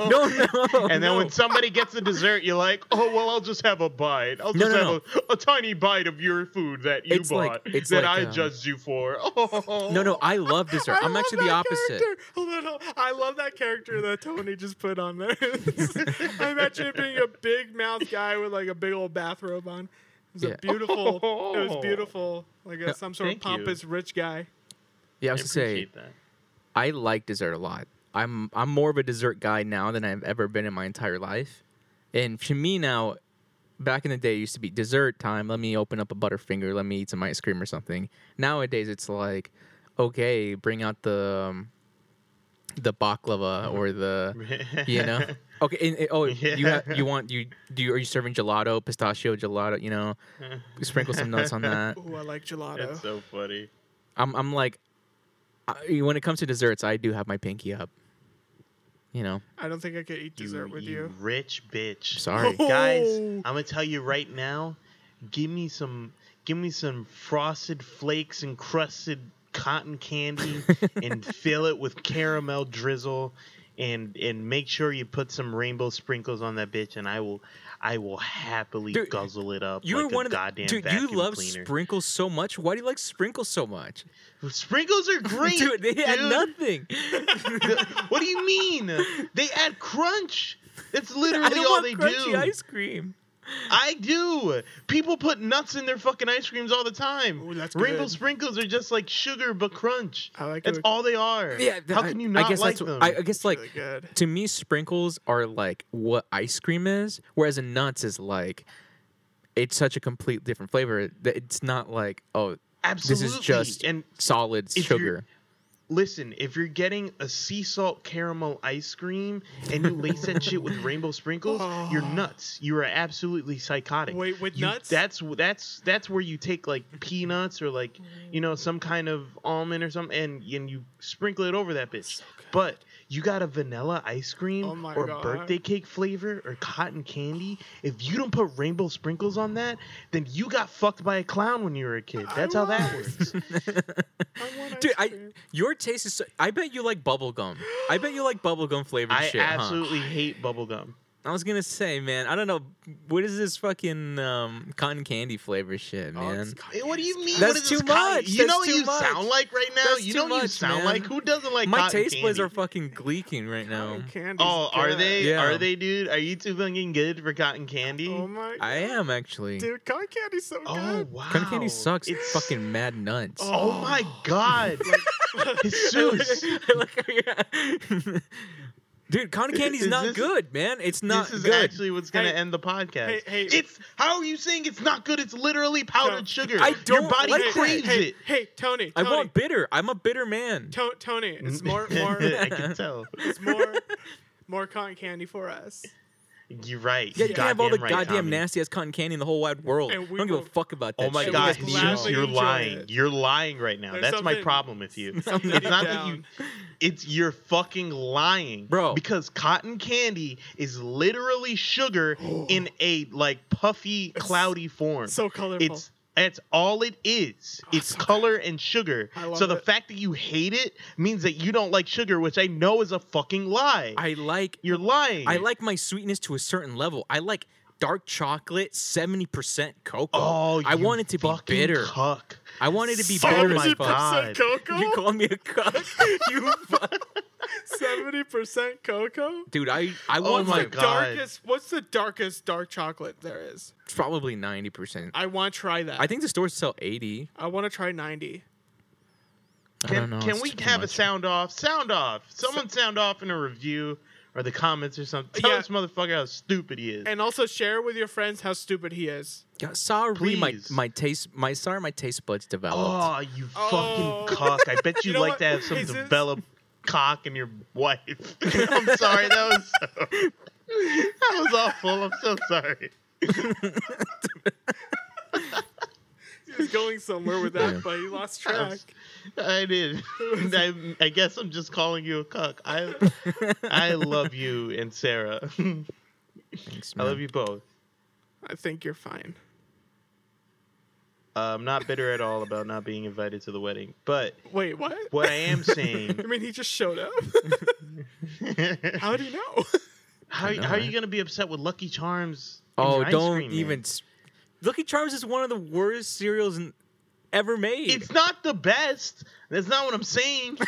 Speaker 3: No, no.
Speaker 1: And then
Speaker 3: no.
Speaker 1: when somebody gets a dessert, you're like, oh well, I'll just have a bite. I'll
Speaker 3: No,
Speaker 1: just
Speaker 3: no,
Speaker 1: have A, a tiny bite of your food that you
Speaker 3: It's like-
Speaker 1: bought
Speaker 3: it's
Speaker 1: that
Speaker 3: like,
Speaker 1: I
Speaker 3: uh,
Speaker 1: judged you for. Oh.
Speaker 3: no, no, I love dessert.
Speaker 2: I
Speaker 3: I'm
Speaker 2: love
Speaker 3: actually the
Speaker 2: that
Speaker 3: opposite.
Speaker 2: character. Hold on, hold on. I love that character that Tony just put on there. I imagine it being a big mouth guy with like a big old bathrobe on. It was
Speaker 3: Yeah.
Speaker 2: a beautiful. It was
Speaker 1: Oh.
Speaker 2: beautiful. Like a, some sort
Speaker 1: Thank
Speaker 2: of pompous rich guy.
Speaker 3: Yeah, I
Speaker 1: I
Speaker 3: was to say
Speaker 1: appreciate that.
Speaker 3: I like dessert a lot. I'm I'm more of a dessert guy now than I've ever been in my entire life. And to me now, back in the day, it used to be dessert time. Let me open up a Butterfinger. Let me eat some ice cream or something. Nowadays, it's like, okay, bring out the um, the baklava or the you know. Okay, and, and- oh, you ha-
Speaker 1: Yeah.
Speaker 3: you want you do? You, are you serving gelato, pistachio gelato? You know, sprinkle some nuts on that.
Speaker 2: Ooh, I like gelato.
Speaker 1: That's so funny.
Speaker 3: I'm I'm like, I, when it comes to desserts, I do have my pinky up. You know,
Speaker 2: I don't think I could eat dessert with you.
Speaker 1: rich bitch.
Speaker 3: sorry.
Speaker 1: Guys,
Speaker 2: Oh.
Speaker 1: I'm gonna tell you right now. Give me some. Give me some frosted flakes encrusted cotton candy, and fill it with caramel drizzle, and and make sure you put some rainbow sprinkles on that bitch, and I will, I will happily
Speaker 3: Dude,
Speaker 1: guzzle it up.
Speaker 3: You're
Speaker 1: like a
Speaker 3: one of the
Speaker 1: goddamn
Speaker 3: dude. You
Speaker 1: vacuum
Speaker 3: love
Speaker 1: cleaner.
Speaker 3: sprinkles so much. Why do you like sprinkles so much,
Speaker 1: sprinkles are great,
Speaker 3: dude? They had
Speaker 1: dude.
Speaker 3: nothing.
Speaker 1: what do you mean? They add crunch. It's
Speaker 3: I
Speaker 1: literally
Speaker 3: don't
Speaker 1: all
Speaker 3: want
Speaker 1: they
Speaker 3: crunchy
Speaker 1: do.
Speaker 3: ice cream.
Speaker 1: I do. People put nuts in their fucking ice creams all the time.
Speaker 2: Ooh, that's
Speaker 1: Rainbow
Speaker 2: good.
Speaker 1: sprinkles are just like sugar but crunch.
Speaker 2: I like
Speaker 1: That's
Speaker 2: it.
Speaker 1: all they are.
Speaker 3: Yeah,
Speaker 1: How
Speaker 3: I-
Speaker 1: can you not
Speaker 3: I guess
Speaker 1: like
Speaker 3: that's,
Speaker 1: them?
Speaker 3: I, I guess like
Speaker 2: really good.
Speaker 3: to me, sprinkles are like what ice cream is, whereas a nuts is like it's such a complete different flavor that it's not like oh
Speaker 1: Absolutely.
Speaker 3: this is just
Speaker 1: and
Speaker 3: solid
Speaker 1: you're-
Speaker 3: sugar.
Speaker 1: listen, if you're getting a sea salt caramel ice cream and you lace that shit with rainbow sprinkles, you're nuts. You are absolutely psychotic.
Speaker 2: Wait, with
Speaker 1: You-
Speaker 2: nuts?
Speaker 1: That's that's that's where you take like peanuts or like you know some kind of almond or something, and and you sprinkle it over that bitch. but you got a vanilla ice cream
Speaker 2: Oh my
Speaker 1: or
Speaker 2: God.
Speaker 1: birthday cake flavor or cotton candy. If you don't put rainbow sprinkles on that, then you got fucked by a clown when you were a kid. That's how that
Speaker 2: was.
Speaker 1: works.
Speaker 2: I want ice
Speaker 3: Dude, I
Speaker 2: cream.
Speaker 3: your taste is. So, I bet you like bubble gum. I bet you like bubble gum flavored
Speaker 1: I
Speaker 3: shit. huh?
Speaker 1: absolutely hate bubblegum.
Speaker 3: I was gonna say, man, I don't know what is this fucking um, cotton candy flavor shit,
Speaker 2: Oh,
Speaker 3: man.
Speaker 2: it's co-
Speaker 1: Hey, What do you mean?
Speaker 3: That's
Speaker 1: What is
Speaker 3: too
Speaker 1: this cotton-
Speaker 3: much.
Speaker 1: You
Speaker 3: That's
Speaker 1: know what
Speaker 3: too
Speaker 1: you
Speaker 3: much.
Speaker 1: sound like right now.
Speaker 3: That's
Speaker 1: you
Speaker 3: too
Speaker 1: know what you
Speaker 3: much,
Speaker 1: sound
Speaker 3: man.
Speaker 1: like. Who doesn't like
Speaker 3: My
Speaker 1: cotton
Speaker 3: taste buds are
Speaker 1: candy?
Speaker 3: fucking gleeking right now.
Speaker 2: Candy's
Speaker 1: Oh, are
Speaker 2: good.
Speaker 1: they?
Speaker 3: Yeah.
Speaker 1: Are they, dude? Are you two fucking good for cotton candy?
Speaker 2: Oh my.
Speaker 3: I am actually.
Speaker 2: Dude, cotton candy's so
Speaker 1: Oh,
Speaker 2: good.
Speaker 1: wow.
Speaker 3: Cotton candy sucks. It's
Speaker 1: It's
Speaker 3: fucking mad nuts.
Speaker 1: Oh my god. Jesus.
Speaker 3: I like how you're- Dude, cotton candy's
Speaker 1: Is
Speaker 3: not
Speaker 1: this-
Speaker 3: good, man. It's not
Speaker 1: This is
Speaker 3: good.
Speaker 1: actually what's gonna
Speaker 2: Hey,
Speaker 1: end the podcast.
Speaker 2: hey, hey.
Speaker 1: It's how are you saying it's not good? It's literally powdered
Speaker 2: No.
Speaker 1: sugar.
Speaker 3: I
Speaker 1: Your
Speaker 3: don't
Speaker 1: body
Speaker 3: like that.
Speaker 1: craves
Speaker 2: hey,
Speaker 1: it.
Speaker 2: Hey, Tony.
Speaker 3: I
Speaker 2: Tony,
Speaker 3: want bitter. I'm a bitter man.
Speaker 2: To- Tony, it's more, more,
Speaker 1: I can tell.
Speaker 2: it's more, more cotton candy for us.
Speaker 1: You're right.
Speaker 3: Yeah, you can have all the
Speaker 1: Goddamn right,
Speaker 3: goddamn
Speaker 1: Tommy.
Speaker 3: nasty ass cotton candy in the whole wide world. I
Speaker 2: And we
Speaker 3: don't give a
Speaker 2: will-
Speaker 3: fuck about that.
Speaker 1: Oh my
Speaker 3: shit.
Speaker 1: God,
Speaker 2: just
Speaker 3: Just
Speaker 1: Jesus,
Speaker 3: leave it
Speaker 2: gladly
Speaker 1: you're
Speaker 2: enjoy
Speaker 1: lying.
Speaker 2: it.
Speaker 1: You're lying right now.
Speaker 2: There's
Speaker 1: That's my
Speaker 2: something-
Speaker 1: problem with you. It's not
Speaker 2: something
Speaker 1: that you.
Speaker 2: down.
Speaker 1: It's you're fucking lying,
Speaker 3: Bro.
Speaker 1: Because cotton candy is literally sugar in a like puffy, cloudy form.
Speaker 2: Oh. So colorful. Oh,
Speaker 1: It's that's all it is. It's color and sugar.
Speaker 2: I love
Speaker 1: So the
Speaker 2: it.
Speaker 1: fact that you hate it means that you don't like sugar, which I know is a fucking lie.
Speaker 3: I like
Speaker 1: you're lying.
Speaker 3: I like my sweetness to a certain level. I like dark chocolate, seventy percent cocoa.
Speaker 1: Oh,
Speaker 3: I
Speaker 1: you
Speaker 3: want it to be
Speaker 1: fucking
Speaker 3: bitter.
Speaker 1: Cuck.
Speaker 3: I want it to be
Speaker 1: Son of
Speaker 3: bitter
Speaker 1: a
Speaker 3: as fuck.
Speaker 1: God.
Speaker 2: 70% cocoa.
Speaker 3: You call me a cuck, you fuck.
Speaker 2: Seventy percent cocoa.
Speaker 3: dude. I I
Speaker 1: Oh
Speaker 3: want
Speaker 1: my
Speaker 3: my
Speaker 1: God.
Speaker 2: Darkest. What's the darkest dark chocolate there is?
Speaker 3: probably ninety percent.
Speaker 2: I want to try that.
Speaker 3: I think the stores sell eighty.
Speaker 2: I want to try ninety.
Speaker 3: I
Speaker 1: Can,
Speaker 3: don't know,
Speaker 1: can
Speaker 3: it's
Speaker 1: we
Speaker 3: too
Speaker 1: have a
Speaker 3: much.
Speaker 1: sound off? Sound off. Someone sound off in a review or the comments or something. Tell
Speaker 2: Yeah.
Speaker 1: this motherfucker how stupid he is.
Speaker 2: And also share with your friends how stupid he is.
Speaker 3: Yeah, sorry, my
Speaker 1: Please.
Speaker 3: my taste my sorry my taste buds developed.
Speaker 1: oh, you
Speaker 2: Oh.
Speaker 1: fucking cock. I bet you,
Speaker 2: You know
Speaker 1: like
Speaker 2: what?
Speaker 1: to have some
Speaker 2: Is this-
Speaker 1: developed cock in your wife. I'm sorry. That was so, that was awful. I'm so sorry.
Speaker 2: He was going somewhere with that,
Speaker 3: Yeah.
Speaker 2: but he lost
Speaker 1: I'm
Speaker 2: track.
Speaker 1: s- I did. I, I guess I'm just calling you a cuck. I I love you and Sarah.
Speaker 3: Thanks,
Speaker 1: I
Speaker 3: man.
Speaker 1: love you both.
Speaker 2: I think you're fine.
Speaker 1: Uh, I'm not bitter at all about not being invited to the wedding, but
Speaker 2: Wait, what?
Speaker 1: what I am saying,
Speaker 2: I mean, he just showed up.
Speaker 1: how,
Speaker 2: How do you know?
Speaker 1: how,
Speaker 3: I know,
Speaker 1: are you
Speaker 3: right?
Speaker 1: gonna be upset with Lucky Charms? and
Speaker 3: Oh,
Speaker 1: your ice
Speaker 3: don't
Speaker 1: cream, man?
Speaker 3: even. s Lucky Charms is one of the worst cereals in, ever made.
Speaker 1: It's not the best. That's not what I'm saying.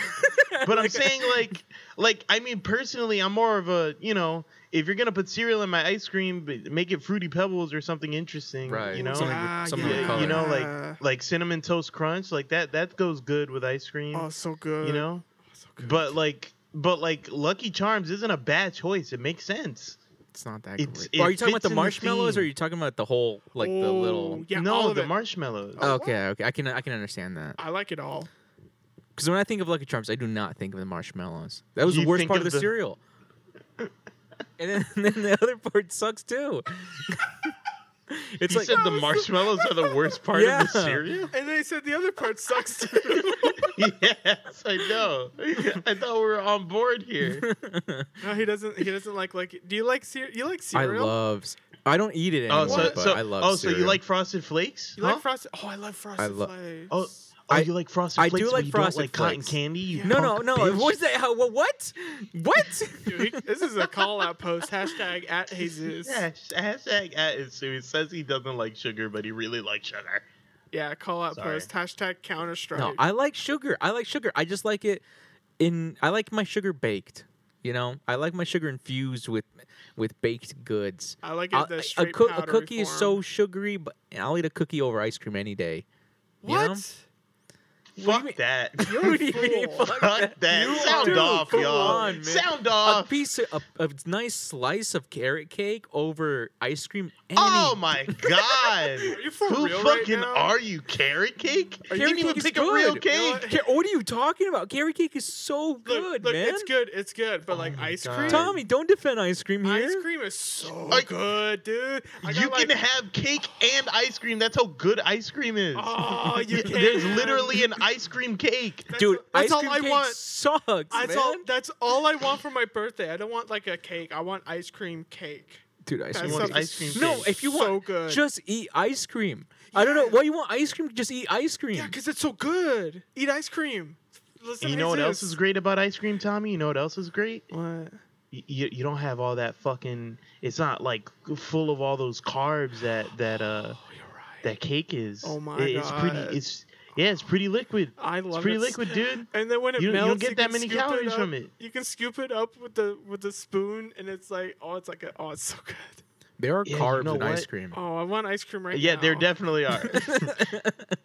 Speaker 1: but I'm saying like, like I mean, personally, I'm more of a you know, if you're gonna put cereal in my ice cream, but make it fruity pebbles or something interesting,
Speaker 3: Right.
Speaker 1: You know,
Speaker 3: Something with-
Speaker 2: Ah,
Speaker 3: something
Speaker 1: Yeah,
Speaker 3: with color.
Speaker 1: you know,
Speaker 2: yeah.
Speaker 1: like like cinnamon toast crunch, like that. That goes good with ice cream.
Speaker 2: oh, so good.
Speaker 1: you know,
Speaker 2: so good.
Speaker 1: but like, but like Lucky Charms isn't a bad choice. It makes sense.
Speaker 3: it's not that
Speaker 1: it's- it
Speaker 3: great. are you talking
Speaker 1: fits
Speaker 3: about the
Speaker 1: in the
Speaker 3: marshmallows, or are
Speaker 1: theme.
Speaker 3: you talking about the whole like the little?
Speaker 2: Oh, yeah,
Speaker 1: no,
Speaker 2: all of
Speaker 1: the
Speaker 2: it.
Speaker 1: marshmallows.
Speaker 2: Oh,
Speaker 3: okay, okay, I can I can understand that.
Speaker 2: I like it all.
Speaker 3: Because when I think of Lucky Charms, I do not think of the marshmallows. That was
Speaker 1: You
Speaker 3: the worst
Speaker 1: think
Speaker 3: part
Speaker 1: of
Speaker 3: of the,
Speaker 1: the-
Speaker 3: cereal. and, then, and then the other part sucks too. it's
Speaker 1: you
Speaker 3: like
Speaker 1: said the marshmallows are the worst part
Speaker 3: Yeah.
Speaker 1: of the cereal.
Speaker 2: And they said the other part sucks too.
Speaker 1: yes, I know. I thought we were on board here.
Speaker 2: no, he doesn't. He doesn't like like. Do you like cereal? You like
Speaker 3: I
Speaker 2: cereal?
Speaker 3: love. s- I don't eat it anymore,
Speaker 1: Oh, so,
Speaker 3: but
Speaker 1: so
Speaker 3: I love.
Speaker 1: oh, so you
Speaker 3: cereal.
Speaker 1: like Frosted Flakes?
Speaker 2: You like
Speaker 1: Huh?
Speaker 2: frosted? Oh, I love frosted
Speaker 3: I lo-
Speaker 2: flakes.
Speaker 1: Oh, oh,
Speaker 3: I-
Speaker 1: you like Frosted
Speaker 3: I do
Speaker 1: Flakes? but
Speaker 3: like
Speaker 1: you
Speaker 3: Frosted
Speaker 1: don't like cotton
Speaker 3: Flakes.
Speaker 1: candy. You
Speaker 3: No, no,
Speaker 1: punk
Speaker 3: no.
Speaker 1: bitch.
Speaker 3: What's that? How, what? What? What?
Speaker 2: Dude, he- this is a call out post. Hashtag at Jesus.
Speaker 1: Yeah, hashtag at is so he says he doesn't like sugar, but he really likes sugar.
Speaker 2: Yeah, call out
Speaker 1: Sorry.
Speaker 2: post. Hashtag Counter Strike.
Speaker 3: No, I like sugar. I like sugar. I just like it in. I like my sugar baked. You know, I like my sugar infused with with baked goods.
Speaker 2: I like
Speaker 3: I'll-
Speaker 2: it. The
Speaker 3: a,
Speaker 2: straight
Speaker 3: coo- a
Speaker 2: powdery
Speaker 3: cookie is so
Speaker 2: form.
Speaker 3: sugary, but I'll eat a cookie over ice cream any day. you know?
Speaker 2: what?
Speaker 3: What
Speaker 1: Fuck
Speaker 3: do you
Speaker 1: that.
Speaker 2: You're a
Speaker 3: What do you mean,
Speaker 2: fool.
Speaker 3: fuck
Speaker 1: Fuck that.
Speaker 3: You
Speaker 1: Sound
Speaker 3: are-
Speaker 1: off,
Speaker 3: Dude,
Speaker 1: y'all.
Speaker 3: come on, man.
Speaker 1: Sound
Speaker 3: A
Speaker 1: off.
Speaker 3: piece of a, a nice slice of carrot cake over ice cream. Any
Speaker 1: Oh my god.
Speaker 2: Are you for
Speaker 1: Who
Speaker 2: real right
Speaker 1: fucking
Speaker 2: now?
Speaker 1: are you? Carrot cake?
Speaker 2: Are
Speaker 1: you
Speaker 2: you-
Speaker 1: didn't even
Speaker 3: Carrot cake is
Speaker 1: pick a real
Speaker 3: good.
Speaker 1: cake.
Speaker 2: You know what?
Speaker 3: Ca- what are you talking about? Carrot cake is so good,
Speaker 2: Look, look,
Speaker 3: man.
Speaker 2: it's good. It's good. But like
Speaker 1: Oh my
Speaker 2: ice
Speaker 1: God.
Speaker 2: cream.
Speaker 3: Tommy, don't defend ice cream here.
Speaker 2: Ice cream is so
Speaker 1: Like,
Speaker 2: good, dude. I got,
Speaker 1: you
Speaker 2: like,
Speaker 1: can have cake and ice cream. That's how good ice cream is.
Speaker 2: Oh, you
Speaker 1: Y-
Speaker 2: can.
Speaker 1: There's literally an ice cream cake.
Speaker 2: That's
Speaker 3: Dude,
Speaker 2: all- that's
Speaker 3: ice
Speaker 2: all
Speaker 3: cream
Speaker 2: I
Speaker 3: cake
Speaker 2: want.
Speaker 3: sucks,
Speaker 2: That's
Speaker 3: man.
Speaker 2: all. That's all I want for my birthday. I don't want like a cake. I want ice cream cake.
Speaker 3: Dude, ice
Speaker 2: That
Speaker 3: cream.
Speaker 1: want
Speaker 2: sounds
Speaker 3: Is-
Speaker 1: ice cream
Speaker 3: no,
Speaker 1: cake.
Speaker 3: if you want,
Speaker 2: so good.
Speaker 3: just eat ice cream. I don't know
Speaker 2: Yeah.
Speaker 3: why you want ice cream. Just eat ice cream.
Speaker 2: yeah, because it's so good. Eat ice cream. Listen,
Speaker 1: And you know what else is Oh, great about ice cream, Tommy? You know what else is great?
Speaker 2: What?
Speaker 1: Y- You, you don't have all that fucking. It's not like full of all those carbs that that uh
Speaker 2: Oh, you're right.
Speaker 1: that cake is.
Speaker 2: Oh my
Speaker 1: It- It's
Speaker 2: God.
Speaker 1: pretty. It's yeah. It's pretty liquid.
Speaker 2: I love
Speaker 1: It's pretty
Speaker 2: it.
Speaker 1: liquid, dude.
Speaker 2: And then when it
Speaker 1: You don't- you don't
Speaker 2: melts,
Speaker 1: get that
Speaker 2: can
Speaker 1: many
Speaker 2: scoop
Speaker 1: calories
Speaker 2: up-
Speaker 1: from it.
Speaker 2: You can scoop it up with the with the spoon, and it's like, oh, it's like, a, oh, it's so good.
Speaker 3: There are
Speaker 1: Yeah, you
Speaker 3: carbs
Speaker 1: know
Speaker 3: in ice
Speaker 1: what?
Speaker 3: cream.
Speaker 2: Oh, I want ice cream right
Speaker 1: yeah,
Speaker 2: now.
Speaker 1: there definitely are.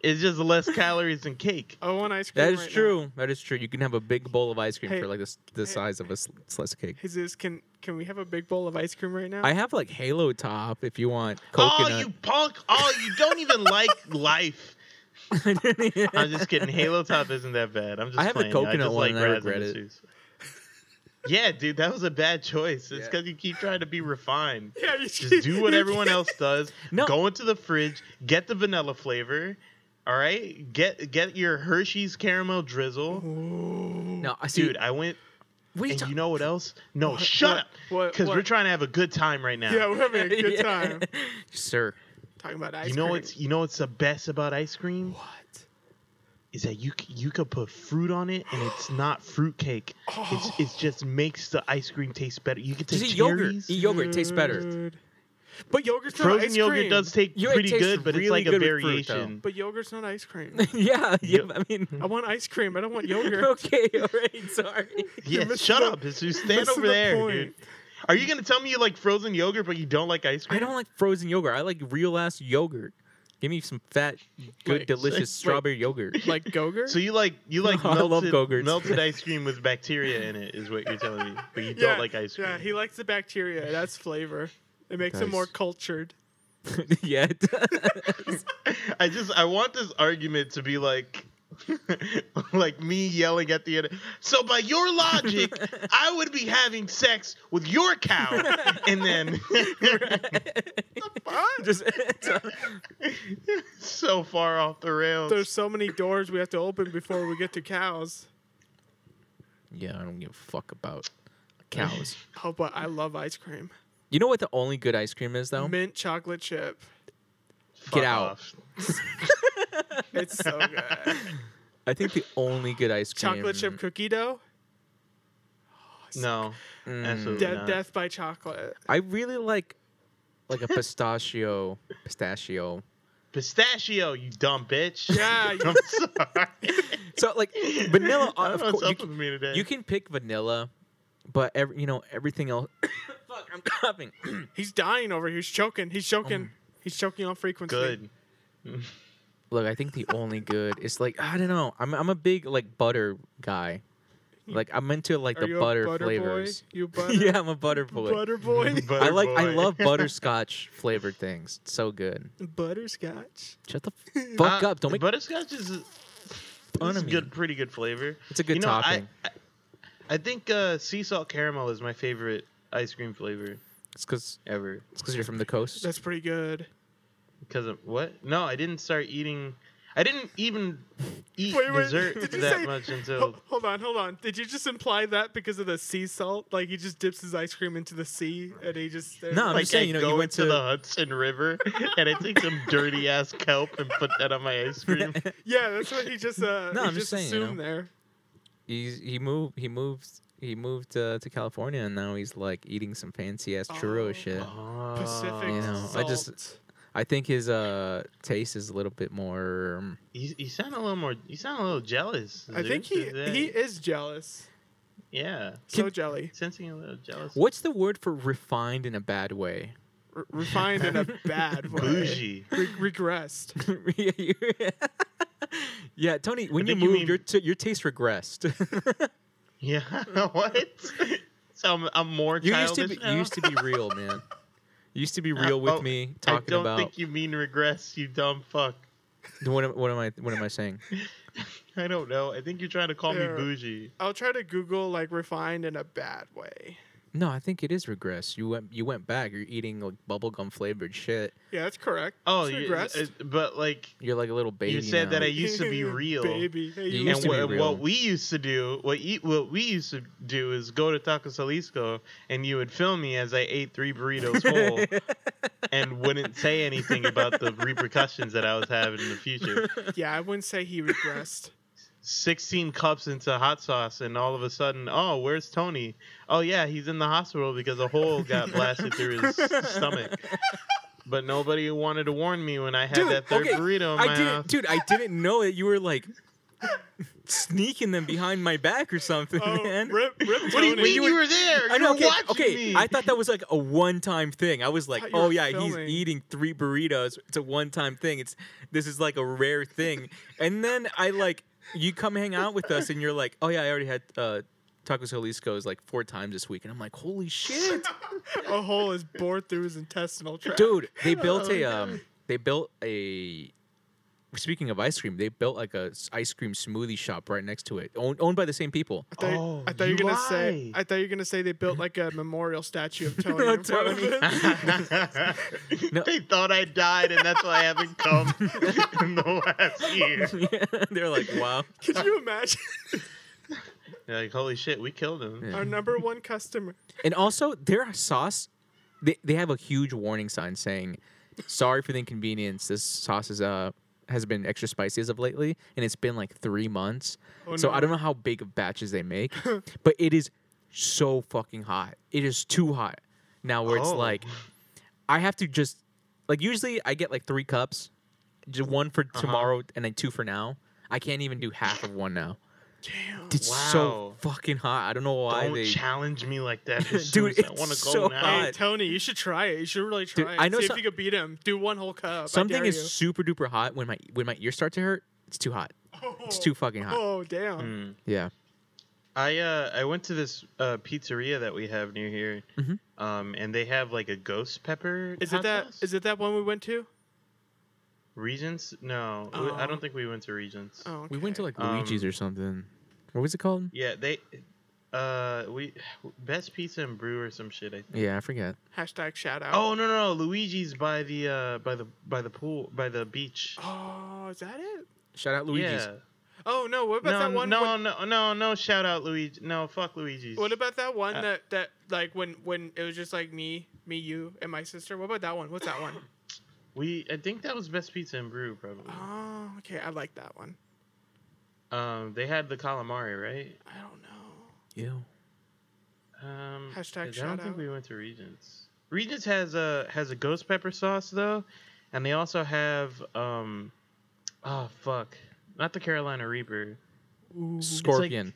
Speaker 1: it's just less calories than cake.
Speaker 2: I want ice cream.
Speaker 3: That is
Speaker 2: right now.
Speaker 3: true. That is true. You can have a big bowl of ice cream
Speaker 2: Hey,
Speaker 3: for like this, the
Speaker 2: hey.
Speaker 3: size of a sl- slice of cake.
Speaker 2: Jesus, can can we have a big bowl of ice cream right now?
Speaker 3: I have like Halo Top if you want coconut.
Speaker 1: Oh, you punk! Oh, you don't even like life. I'm just kidding. Halo Top isn't that bad. I'm just.
Speaker 3: I have a
Speaker 1: playing.
Speaker 3: coconut
Speaker 1: I just
Speaker 3: one
Speaker 1: like
Speaker 3: and I
Speaker 1: Raz
Speaker 3: regret it.
Speaker 1: Masseuse. Yeah, dude, that was a bad choice. It's
Speaker 3: Yeah.
Speaker 1: because you keep trying to be refined.
Speaker 2: yeah, you
Speaker 1: Just do what everyone else does.
Speaker 3: No.
Speaker 1: Go into the fridge, get the vanilla flavor. All right, get get your Hershey's caramel drizzle,
Speaker 3: no, I see.
Speaker 1: dude. I went,
Speaker 3: what are you
Speaker 1: and
Speaker 3: talk-
Speaker 1: you know what else? No, shut
Speaker 2: what-
Speaker 1: up,
Speaker 2: what-
Speaker 1: because
Speaker 2: what?
Speaker 1: we're trying to have a good time right now.
Speaker 2: Yeah, we're having a good
Speaker 3: Yeah.
Speaker 2: time
Speaker 3: sir.
Speaker 2: talking about ice
Speaker 1: you know
Speaker 2: cream.
Speaker 1: what's you know what's the best about ice cream?
Speaker 2: what?
Speaker 1: is that you c- you could put fruit on it and it's not fruit cake. It's it's just makes the ice cream taste better. You could take
Speaker 3: Just eat yogurt.
Speaker 1: cherries.
Speaker 3: Eat yogurt. Oh. It tases better.
Speaker 2: Dude. But yogurt's not
Speaker 1: Frozen
Speaker 2: ice
Speaker 1: yogurt
Speaker 2: cream.
Speaker 1: does take
Speaker 3: Yogurt
Speaker 1: pretty
Speaker 3: tastes
Speaker 1: good, but
Speaker 3: really
Speaker 1: it's like a
Speaker 3: good with fruit, though.
Speaker 1: variation.
Speaker 2: But yogurt's not ice cream.
Speaker 3: yeah, yeah. I mean,
Speaker 2: I want ice cream. I don't want yogurt.
Speaker 3: okay, all right. Sorry.
Speaker 1: yeah,
Speaker 2: missing
Speaker 1: shut
Speaker 2: the-
Speaker 1: up. It's just
Speaker 2: you're
Speaker 1: stand
Speaker 2: missing
Speaker 1: over
Speaker 2: the
Speaker 1: there,
Speaker 2: point.
Speaker 1: dude. Are you gonna tell me you like frozen yogurt but you don't like ice cream?
Speaker 3: I don't like frozen yogurt. I like real ass yogurt. Give me some fat, good,
Speaker 1: Wait,
Speaker 3: delicious
Speaker 1: wait.
Speaker 3: strawberry yogurt.
Speaker 2: like gogurt?
Speaker 1: So you like you like
Speaker 3: No, I love
Speaker 1: melted,
Speaker 3: Go-Gurts.
Speaker 1: melted ice cream with bacteria in it is what you're telling me. But you
Speaker 2: yeah,
Speaker 1: don't like ice cream.
Speaker 2: Yeah, he likes the bacteria. That's flavor. It makes him
Speaker 3: Nice.
Speaker 2: more cultured.
Speaker 3: yeah. it does.
Speaker 1: I just I want this argument to be like like me yelling at the end. So by your logic, I would be having sex with your cow, and then
Speaker 3: Just
Speaker 1: so far off the rails.
Speaker 2: There's so many doors we have to open before we get to cows.
Speaker 3: yeah, I don't give a fuck about cows.
Speaker 2: Oh, but I love ice cream.
Speaker 3: You know what the only good ice cream is though?
Speaker 2: Mint chocolate chip.
Speaker 1: Fuck
Speaker 3: out.
Speaker 1: off.
Speaker 2: It's so good.
Speaker 3: I think the only good ice cream.
Speaker 2: Chocolate chip cookie dough.
Speaker 1: No, absolutely
Speaker 2: Dead
Speaker 1: not.
Speaker 2: death by chocolate.
Speaker 3: Mm. I really like, like a pistachio, pistachio.
Speaker 1: Pistachio, you dumb bitch.
Speaker 2: Yeah, you-
Speaker 1: I'm sorry.
Speaker 3: So like vanilla,
Speaker 1: I don't
Speaker 3: of
Speaker 1: know what's
Speaker 3: course.
Speaker 1: up with me today.
Speaker 3: You can pick vanilla, but every, you know everything else. Fuck, I'm coughing.
Speaker 2: He's dying over here. He's choking. He's choking. He's choking on frequency.
Speaker 1: good.
Speaker 3: Look, I think the only good is like I don't know. I'm I'm a big like butter guy. Like I'm into like
Speaker 2: Are
Speaker 3: the
Speaker 2: you
Speaker 3: butter,
Speaker 2: a butter
Speaker 3: flavors.
Speaker 2: boy? You butter.
Speaker 3: yeah, I'm a butter boy.
Speaker 2: Butter boy.
Speaker 1: Butter
Speaker 3: I like I
Speaker 1: boy.
Speaker 3: love butterscotch flavored things. It's so good.
Speaker 2: Butterscotch.
Speaker 3: Shut the fuck
Speaker 1: Uh,
Speaker 3: up. Don't make
Speaker 1: butterscotch is a,
Speaker 3: fun
Speaker 1: is
Speaker 3: of me.
Speaker 1: good, pretty good flavor.
Speaker 3: It's a good
Speaker 1: you know,
Speaker 3: topping.
Speaker 1: I, I, I think uh, sea salt caramel is my favorite ice cream flavor
Speaker 3: It's because
Speaker 1: ever.
Speaker 3: it's because you're from the coast.
Speaker 2: That's pretty good.
Speaker 1: Because of what? No, I didn't start eating. I didn't even eat
Speaker 2: Wait, wait,
Speaker 1: dessert
Speaker 2: did you
Speaker 1: that
Speaker 2: say-
Speaker 1: much until.
Speaker 2: Ho- hold on, hold on. Did you just imply that because of the sea salt? Like he just dips his ice cream into the sea and he just
Speaker 3: No, I'm
Speaker 1: like
Speaker 3: just saying,
Speaker 1: I
Speaker 3: you know,
Speaker 1: go
Speaker 3: you went
Speaker 1: to
Speaker 3: to-
Speaker 1: the Hudson River and I take some dirty ass kelp and put that on my ice cream.
Speaker 2: yeah, that's what he just uh
Speaker 3: No,
Speaker 2: he
Speaker 3: I'm just saying, you know.
Speaker 2: assumed there.
Speaker 3: He's, he moved. He moved. He moved uh, to California, and now he's like eating some fancy ass churro
Speaker 2: Oh.
Speaker 3: shit.
Speaker 2: Pacific
Speaker 3: Uh, You know, I
Speaker 2: salt.
Speaker 3: just- I think his uh taste is a little bit more. um,
Speaker 1: You, you sound a little more. You sound a little jealous.
Speaker 2: I think he
Speaker 1: Zeus, is that-
Speaker 2: he is jealous.
Speaker 1: Yeah,
Speaker 2: So jelly.
Speaker 1: sensing a little jealous.
Speaker 3: What's the word for refined in a bad way?
Speaker 2: R- refined in a bad way.
Speaker 1: Bougie.
Speaker 2: Re- regressed.
Speaker 3: Yeah, you- yeah, Tony. When you
Speaker 1: think you
Speaker 3: moved,
Speaker 1: mean-
Speaker 3: your t- your taste regressed.
Speaker 1: Yeah. what? so I'm, I'm more
Speaker 3: you used
Speaker 1: childish
Speaker 3: to be
Speaker 1: now.
Speaker 3: you used to be real, man. You used to be real with
Speaker 1: Oh,
Speaker 3: me
Speaker 1: I
Speaker 3: talking
Speaker 1: don't
Speaker 3: about
Speaker 1: think you mean regress, you dumb fuck.
Speaker 3: what, am, what am I what am I saying?
Speaker 1: I don't know. I think you're trying to call
Speaker 2: There.
Speaker 1: me bougie.
Speaker 2: I'll try to Google like refined in a bad way.
Speaker 3: No, I think it is regress. You went you went back. You're eating like bubblegum flavored shit.
Speaker 2: Yeah, that's correct.
Speaker 1: Oh,
Speaker 2: It's
Speaker 1: you,
Speaker 2: regressed.
Speaker 1: uh, but like
Speaker 3: You're like a little baby.
Speaker 1: you said that
Speaker 3: now.
Speaker 1: I used to be real.
Speaker 2: Baby. Hey,
Speaker 3: You
Speaker 2: you
Speaker 1: and
Speaker 3: used to be
Speaker 1: what,
Speaker 3: real.
Speaker 1: what we used to do, what you, what we used to do is go to Taco Salisco, and you would film me as I ate three burritos whole, and wouldn't say anything about the repercussions that I was having in the future.
Speaker 2: Yeah, I wouldn't say he regressed.
Speaker 1: Sixteen cups into hot sauce, and all of a sudden, oh, where's Tony? Oh yeah, he's in the hospital because a hole got blasted through his stomach. But nobody wanted to warn me when I had
Speaker 3: dude,
Speaker 1: that third
Speaker 3: okay,
Speaker 1: burrito in
Speaker 3: I
Speaker 1: my
Speaker 3: didn't,
Speaker 1: house.
Speaker 3: dude. I didn't know that you were like sneaking them behind my back or something,
Speaker 2: oh,
Speaker 3: man.
Speaker 2: rip, rip
Speaker 1: What do you
Speaker 2: Tony.
Speaker 1: mean you were there?
Speaker 3: I know.
Speaker 1: You
Speaker 3: Okay,
Speaker 1: were watching
Speaker 3: okay.
Speaker 1: me.
Speaker 3: I thought that was like a one-time thing. I was like,
Speaker 2: Thought you
Speaker 3: "Oh
Speaker 2: were
Speaker 3: yeah,
Speaker 2: filming.
Speaker 3: he's eating three burritos. It's a one-time thing. It's this is like a rare thing." and then I like you come hang out with us, and you're like, "Oh yeah, I already had uh, tacos Jalisco's like four times this week," and I'm like, "Holy shit!"
Speaker 2: a hole is bored through his intestinal tract.
Speaker 3: dude they built a
Speaker 2: Oh,
Speaker 3: um they built a speaking of ice cream they built like a s- ice cream smoothie shop right next to it owned, owned by the same people
Speaker 2: I thought, you-
Speaker 1: Oh,
Speaker 2: I thought you were
Speaker 1: you
Speaker 2: gonna say.
Speaker 1: lied.
Speaker 2: I thought you were gonna say they built like a memorial statue of Tony.
Speaker 3: Oh,
Speaker 2: in front of
Speaker 3: Tony.
Speaker 2: it.
Speaker 3: No.
Speaker 1: They thought I died, and that's why I haven't come in the last year.
Speaker 3: they're like wow
Speaker 2: Could you imagine
Speaker 1: They're like, holy shit, we killed him.
Speaker 2: our number one customer?
Speaker 3: and also their sauce they, they have a huge warning sign saying sorry for the inconvenience this sauce is uh has been extra spicy as of lately and it's been like three months so
Speaker 1: Oh,
Speaker 2: no.
Speaker 3: i don't know how big of batches they make but it is so fucking hot it is too hot now where it's
Speaker 1: Oh.
Speaker 3: like I have to just like usually I get like three cups, just one for
Speaker 1: Uh-huh.
Speaker 3: tomorrow and then two for now. I can't even do half of one now.
Speaker 2: Damn.
Speaker 3: It's
Speaker 1: Wow.
Speaker 3: so fucking hot. I don't know why
Speaker 1: Don't
Speaker 3: they.
Speaker 1: challenge me like that. As
Speaker 3: Dude,
Speaker 1: soon as I
Speaker 3: it's
Speaker 1: want to go
Speaker 3: so
Speaker 1: now.
Speaker 2: Hey,
Speaker 3: hot.
Speaker 2: Tony, you should try it. You should really try
Speaker 3: Dude,
Speaker 2: it.
Speaker 3: I know
Speaker 2: See
Speaker 3: some-
Speaker 2: if you could beat him. Do one whole cup. I
Speaker 3: Something
Speaker 2: dare
Speaker 3: is
Speaker 2: you.
Speaker 3: super duper hot when my when my ears start to hurt. It's too hot. It's too Mm. fucking hot.
Speaker 2: Oh damn.
Speaker 3: Yeah.
Speaker 1: I uh, I went to this uh, pizzeria that we have near here,
Speaker 3: Mhm.
Speaker 1: um, and they have like a ghost pepper.
Speaker 2: Is
Speaker 1: hot
Speaker 2: it that?
Speaker 1: sauce?
Speaker 2: Is it that one we went to?
Speaker 1: Regents? No, we- I
Speaker 2: Oh.
Speaker 1: don't think we went to Regents.
Speaker 2: Oh,
Speaker 3: We went to
Speaker 2: okay.
Speaker 3: like Luigi's
Speaker 1: Um,
Speaker 3: or something. What was it called?
Speaker 1: Yeah, they. Uh, we best pizza and brew or some shit. I think.
Speaker 3: Yeah, I forget.
Speaker 2: hashtag shout out.
Speaker 1: Oh no no no! Luigi's by the uh by the by the pool by the beach.
Speaker 2: Oh, is that it?
Speaker 3: Shout out Luigi's.
Speaker 1: Yeah.
Speaker 2: Oh no! What about
Speaker 1: no,
Speaker 2: that one?
Speaker 1: no,
Speaker 2: when-
Speaker 1: no, no, no! Shout out Luigi. No, fuck Luigi's.
Speaker 2: What about that one
Speaker 1: Uh,
Speaker 2: that that like when when it was just like me, me, you, and my sister? What about that one? What's that one?
Speaker 1: We I think that was best pizza in brew probably.
Speaker 2: Oh, okay. I like that one. Oh.
Speaker 1: Um, they had the calamari, right?
Speaker 2: I don't know.
Speaker 3: Yeah.
Speaker 1: Um,
Speaker 2: Hashtag
Speaker 1: 'cause I don't
Speaker 2: shout
Speaker 1: think
Speaker 2: out.
Speaker 1: we went to Regents. Regents has a has a ghost pepper sauce though, and they also have um, oh fuck, not the Carolina Reaper,
Speaker 2: Ooh.
Speaker 3: Scorpion.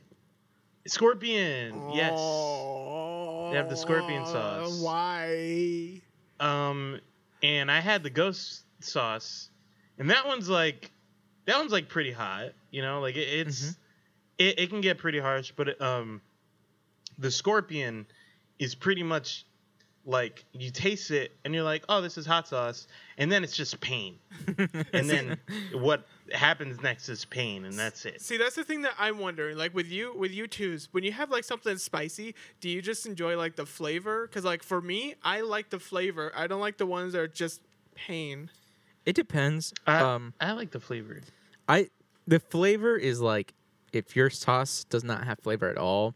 Speaker 1: Scorpion. Yes.
Speaker 2: Oh,
Speaker 1: They have the scorpion sauce.
Speaker 2: Why?
Speaker 1: Um, and I had the ghost sauce, and that one's like, that one's like pretty hot. You know, like it, it's,
Speaker 3: Mm-hmm.
Speaker 1: it, it can get pretty harsh, but it, um, the scorpion is pretty much like you taste it and you're like, oh, this is hot sauce, and then it's just pain, and then what happens next is pain, and that's it.
Speaker 2: See, that's the thing that I'm wondering. Like with you, with you twos, when you have like something spicy, do you just enjoy like the flavor? Because like for me, I like the flavor. I don't like the ones that are just pain.
Speaker 3: It depends.
Speaker 2: Uh,
Speaker 1: I,
Speaker 3: um,
Speaker 1: I like the flavor.
Speaker 3: I the flavor is like if your sauce does not have flavor at all,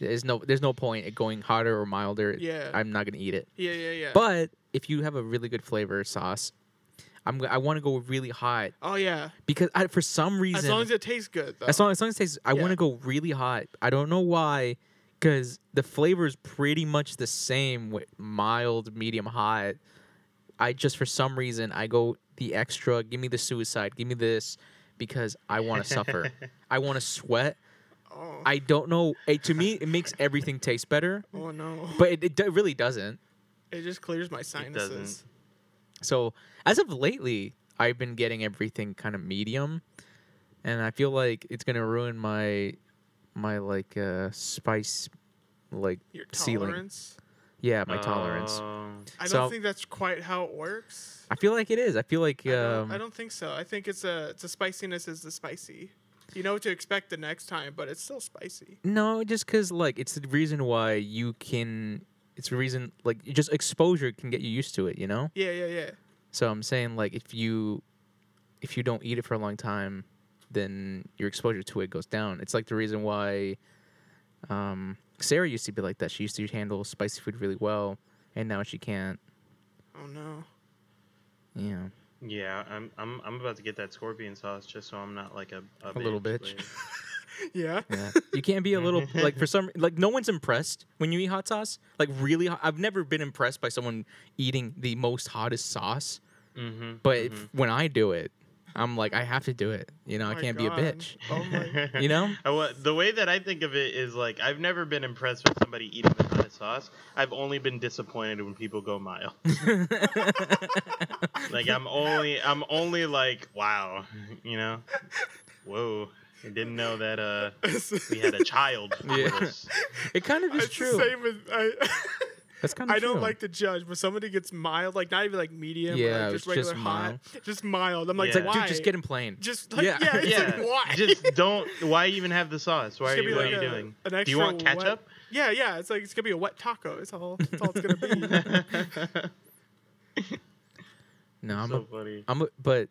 Speaker 3: there's no there's no point in going hotter or milder.
Speaker 2: Yeah.
Speaker 3: I'm not gonna eat it.
Speaker 2: Yeah, yeah, yeah.
Speaker 3: But if you have a really good flavor sauce, I'm go- I want to go really hot
Speaker 2: oh yeah,
Speaker 3: because I, for some reason
Speaker 2: as long as it tastes good. Though.
Speaker 3: as long as long as it tastes, I want
Speaker 2: Yeah.
Speaker 3: to go really hot. I don't know why, because the flavor is pretty much the same with mild, medium, hot. I just for some reason I go the extra. Give me the suicide. Give me this because I want to suffer. I want to sweat.
Speaker 2: oh,
Speaker 3: I don't know. It, to me, it makes everything taste better,
Speaker 2: oh no,
Speaker 3: but it, it do- really doesn't.
Speaker 2: it just clears my
Speaker 1: doesn't.
Speaker 2: sinuses.
Speaker 3: So as of lately, I've been getting everything kind of medium, and I feel like it's gonna ruin my my like uh spice like
Speaker 2: Your
Speaker 3: ceiling.
Speaker 2: tolerance.
Speaker 3: yeah my
Speaker 2: Uh,
Speaker 3: tolerance.
Speaker 1: Um,
Speaker 2: I don't
Speaker 3: So-
Speaker 2: think that's quite how it works.
Speaker 3: I feel like it is. I feel like
Speaker 2: I don't-
Speaker 3: um,
Speaker 2: I don't think so. I think it's a it's a spiciness is the spicy. You know what to expect the next time, but it's still spicy.
Speaker 3: no, just because like it's the reason why you can. It's the reason like you- just exposure can get you used to it. You know.
Speaker 2: Yeah, yeah, yeah.
Speaker 3: So I'm saying like if you if you don't eat it for a long time, then your exposure to it goes down. It's like the reason why um, Sarah used to be like that. She used to handle spicy food really well, and now she can't.
Speaker 2: Oh no.
Speaker 3: You know,
Speaker 1: yeah, I'm, I'm I'm about to get that scorpion sauce just so I'm not like a a,
Speaker 3: A little bitch.
Speaker 1: later.
Speaker 2: Yeah.
Speaker 3: yeah. you can't be a little like for some like no one's impressed when you eat hot sauce. Like really, hot. I've never been impressed by someone eating the most hottest sauce.
Speaker 1: Mm-hmm.
Speaker 3: But if, when I do it, I'm like I have to do it. You know, I
Speaker 2: My
Speaker 3: can't
Speaker 2: God.
Speaker 3: be a bitch.
Speaker 2: Oh my.
Speaker 3: You know?
Speaker 1: I wa- the way that I think of it is like I've never been impressed with somebody eating the hottest sauce. I've only been disappointed when people go mild. like I'm only I'm only like wow, you know, whoa, I didn't know that uh we had a child. With
Speaker 3: Yeah.
Speaker 1: us.
Speaker 3: It kind of is
Speaker 2: It's
Speaker 3: true.
Speaker 2: The same with I.
Speaker 3: That's kind of
Speaker 2: I don't
Speaker 3: true.
Speaker 2: like to judge, but somebody gets mild, like not even like medium, or,
Speaker 3: Yeah,
Speaker 2: like,
Speaker 3: it's
Speaker 2: just regular
Speaker 3: just
Speaker 2: hot, just mild. I'm like,
Speaker 1: It's like,
Speaker 2: why?
Speaker 3: Dude, just get him plain.
Speaker 2: Just like,
Speaker 3: Yeah.
Speaker 2: yeah, it's
Speaker 1: Yeah,
Speaker 2: like, why?
Speaker 1: just don't. Why even have the sauce? Why
Speaker 2: It's
Speaker 1: are
Speaker 2: gonna
Speaker 1: you,
Speaker 2: be
Speaker 1: what
Speaker 2: like
Speaker 1: are you
Speaker 2: a-
Speaker 1: doing?
Speaker 2: an
Speaker 1: Do you want
Speaker 2: extra wet-
Speaker 1: ketchup?
Speaker 2: yeah, yeah. It's like it's gonna be a wet taco. It's all. It's all it's gonna be.
Speaker 3: no, I'm,
Speaker 1: so
Speaker 3: a,
Speaker 1: funny.
Speaker 3: I'm a, but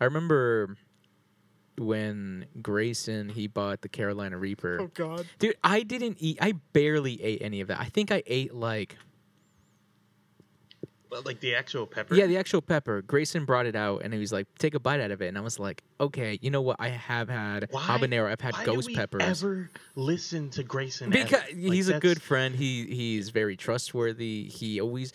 Speaker 3: I remember when Grayson he bought the Carolina Reaper.
Speaker 2: oh God.
Speaker 3: Dude, I didn't eat. I barely ate any of that. I think I ate like
Speaker 1: But like the actual pepper.
Speaker 3: yeah, the actual pepper. Grayson brought it out and he was like, "Take a bite out of it," and I was like, "Okay, you know what? I have had
Speaker 1: Why-
Speaker 3: habanero. I've had
Speaker 1: Why
Speaker 3: ghost
Speaker 1: did we
Speaker 3: peppers."
Speaker 1: Ever listen to Grayson? ever?
Speaker 3: because
Speaker 1: Like,
Speaker 3: he's a
Speaker 1: that's-
Speaker 3: good friend. He he's very trustworthy. He always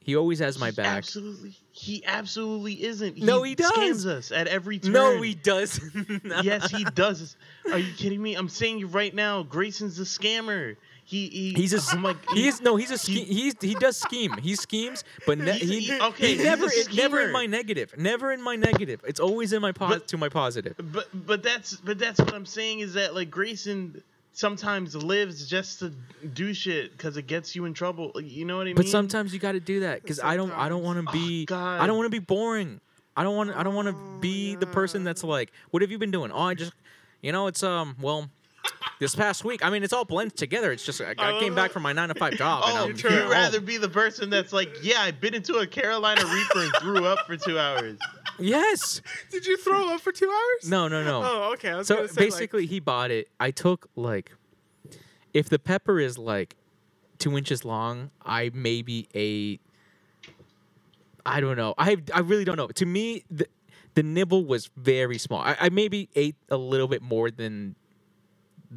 Speaker 3: he always has my
Speaker 1: He
Speaker 3: back.
Speaker 1: Absolutely, he absolutely isn't.
Speaker 3: No, he does.
Speaker 1: Scams us at every turn.
Speaker 3: No, he doesn't.
Speaker 1: yes, he does. Are you kidding me? I'm saying you right now. Grayson's a scammer. He, he
Speaker 3: He's a
Speaker 1: I'm like
Speaker 3: he is no he's a ske- he's he does scheme he schemes but ne-
Speaker 1: He's a-
Speaker 3: he,
Speaker 1: he- okay,
Speaker 3: he
Speaker 1: he's
Speaker 3: never
Speaker 1: a
Speaker 3: it- never in
Speaker 1: schemer.
Speaker 3: my negative never in my negative it's always in my pos-
Speaker 1: But-
Speaker 3: to my positive
Speaker 1: But but that's but that's what I'm saying is that like Grayson sometimes lives just to do shit because it gets you in trouble. You know what I mean?
Speaker 3: but sometimes you got to do that because I don't I don't want to
Speaker 1: Oh,
Speaker 3: be
Speaker 1: God. Oh,
Speaker 3: I don't want to be boring I don't want I don't want to be the person that's like what have you been doing oh I just you know it's um well. This past week, I mean, it's all blended together. It's just I, I
Speaker 2: love
Speaker 3: came back
Speaker 2: it.
Speaker 3: from my nine to five job, and
Speaker 1: Oh,
Speaker 3: I'm
Speaker 1: you'd
Speaker 3: here at home.
Speaker 1: rather be the person that's like, yeah, I bit into a Carolina Reaper and threw up for two hours.
Speaker 3: yes,
Speaker 2: Did you throw up for two hours?
Speaker 3: no, no, no.
Speaker 2: Oh, okay. I was
Speaker 3: so
Speaker 2: gonna say, like-
Speaker 3: basically he bought it i took like if the pepper is like two inches long i maybe ate I don't know. I I really don't know. To me, the, the nibble was very small. I, I maybe ate a little bit more than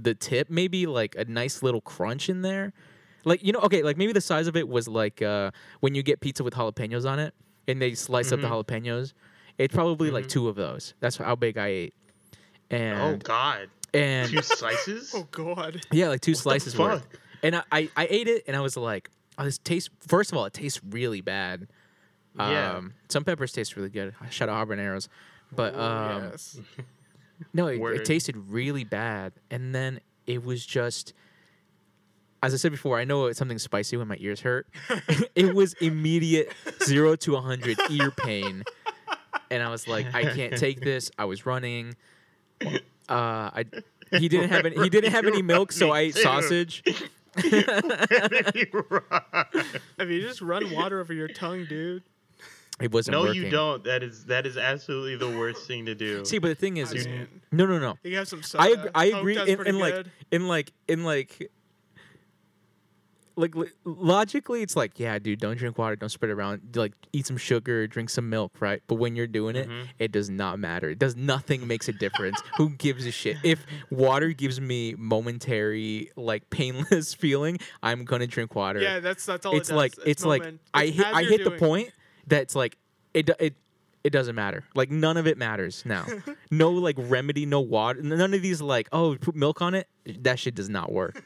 Speaker 3: the tip. Maybe like a nice little crunch in there. Like you know, okay, like maybe the size of it was like uh, when you get pizza with jalapenos on it, and they slice up
Speaker 2: Mm-hmm.
Speaker 3: the jalapenos. It's probably like two of those. That's how big I ate.
Speaker 1: Oh
Speaker 3: And
Speaker 1: God,
Speaker 3: and
Speaker 1: two slices.
Speaker 2: Oh God.
Speaker 3: yeah, like two slices worth.
Speaker 1: fuck?
Speaker 3: And I, I, I ate it and I was like, oh, this tastes, first of all, it tastes really
Speaker 1: Yeah.
Speaker 3: bad. Um, some peppers taste really good. Shout out habaneros. But um,
Speaker 2: yes.
Speaker 3: no, it, it
Speaker 1: Word.
Speaker 3: tasted really bad. And then it was just, as I said before, I know it's something spicy when my ears hurt. it was immediate zero to 100 ear pain. And I was like, I can't take this. I was running. Uh, I. He didn't have any, he didn't have any milk, so I ate
Speaker 1: Dude.
Speaker 3: sausage.
Speaker 2: If you just run water over your tongue, dude.
Speaker 3: It wasn't
Speaker 1: no,
Speaker 3: working.
Speaker 1: you don't. That is that is absolutely the worst thing to do.
Speaker 3: See, but the thing is,
Speaker 2: I
Speaker 3: is
Speaker 2: mean,
Speaker 3: no, no, no.
Speaker 2: you have some. Soda.
Speaker 3: I agree, I
Speaker 2: Coke
Speaker 3: agree
Speaker 2: does
Speaker 3: in,
Speaker 2: pretty
Speaker 3: in like
Speaker 2: good.
Speaker 3: in like in like like li- logically it's like yeah dude don't drink water don't spread it around like eat some sugar drink some milk right but when you're doing it
Speaker 2: Mm-hmm.
Speaker 3: it does not matter it does nothing makes a difference who gives a shit if water gives me momentary like painless feeling i'm gonna drink water
Speaker 2: Yeah, that's that's all.
Speaker 3: it's
Speaker 2: Oh, it does.
Speaker 3: like it's like
Speaker 2: moment.
Speaker 3: I
Speaker 2: It's
Speaker 3: hit
Speaker 2: as
Speaker 3: I
Speaker 2: you're
Speaker 3: hit the
Speaker 2: doing-
Speaker 3: point that's like it do- it it doesn't matter. Like none of it matters now. no like remedy, no water, none of these like oh put milk on it. That shit does not work.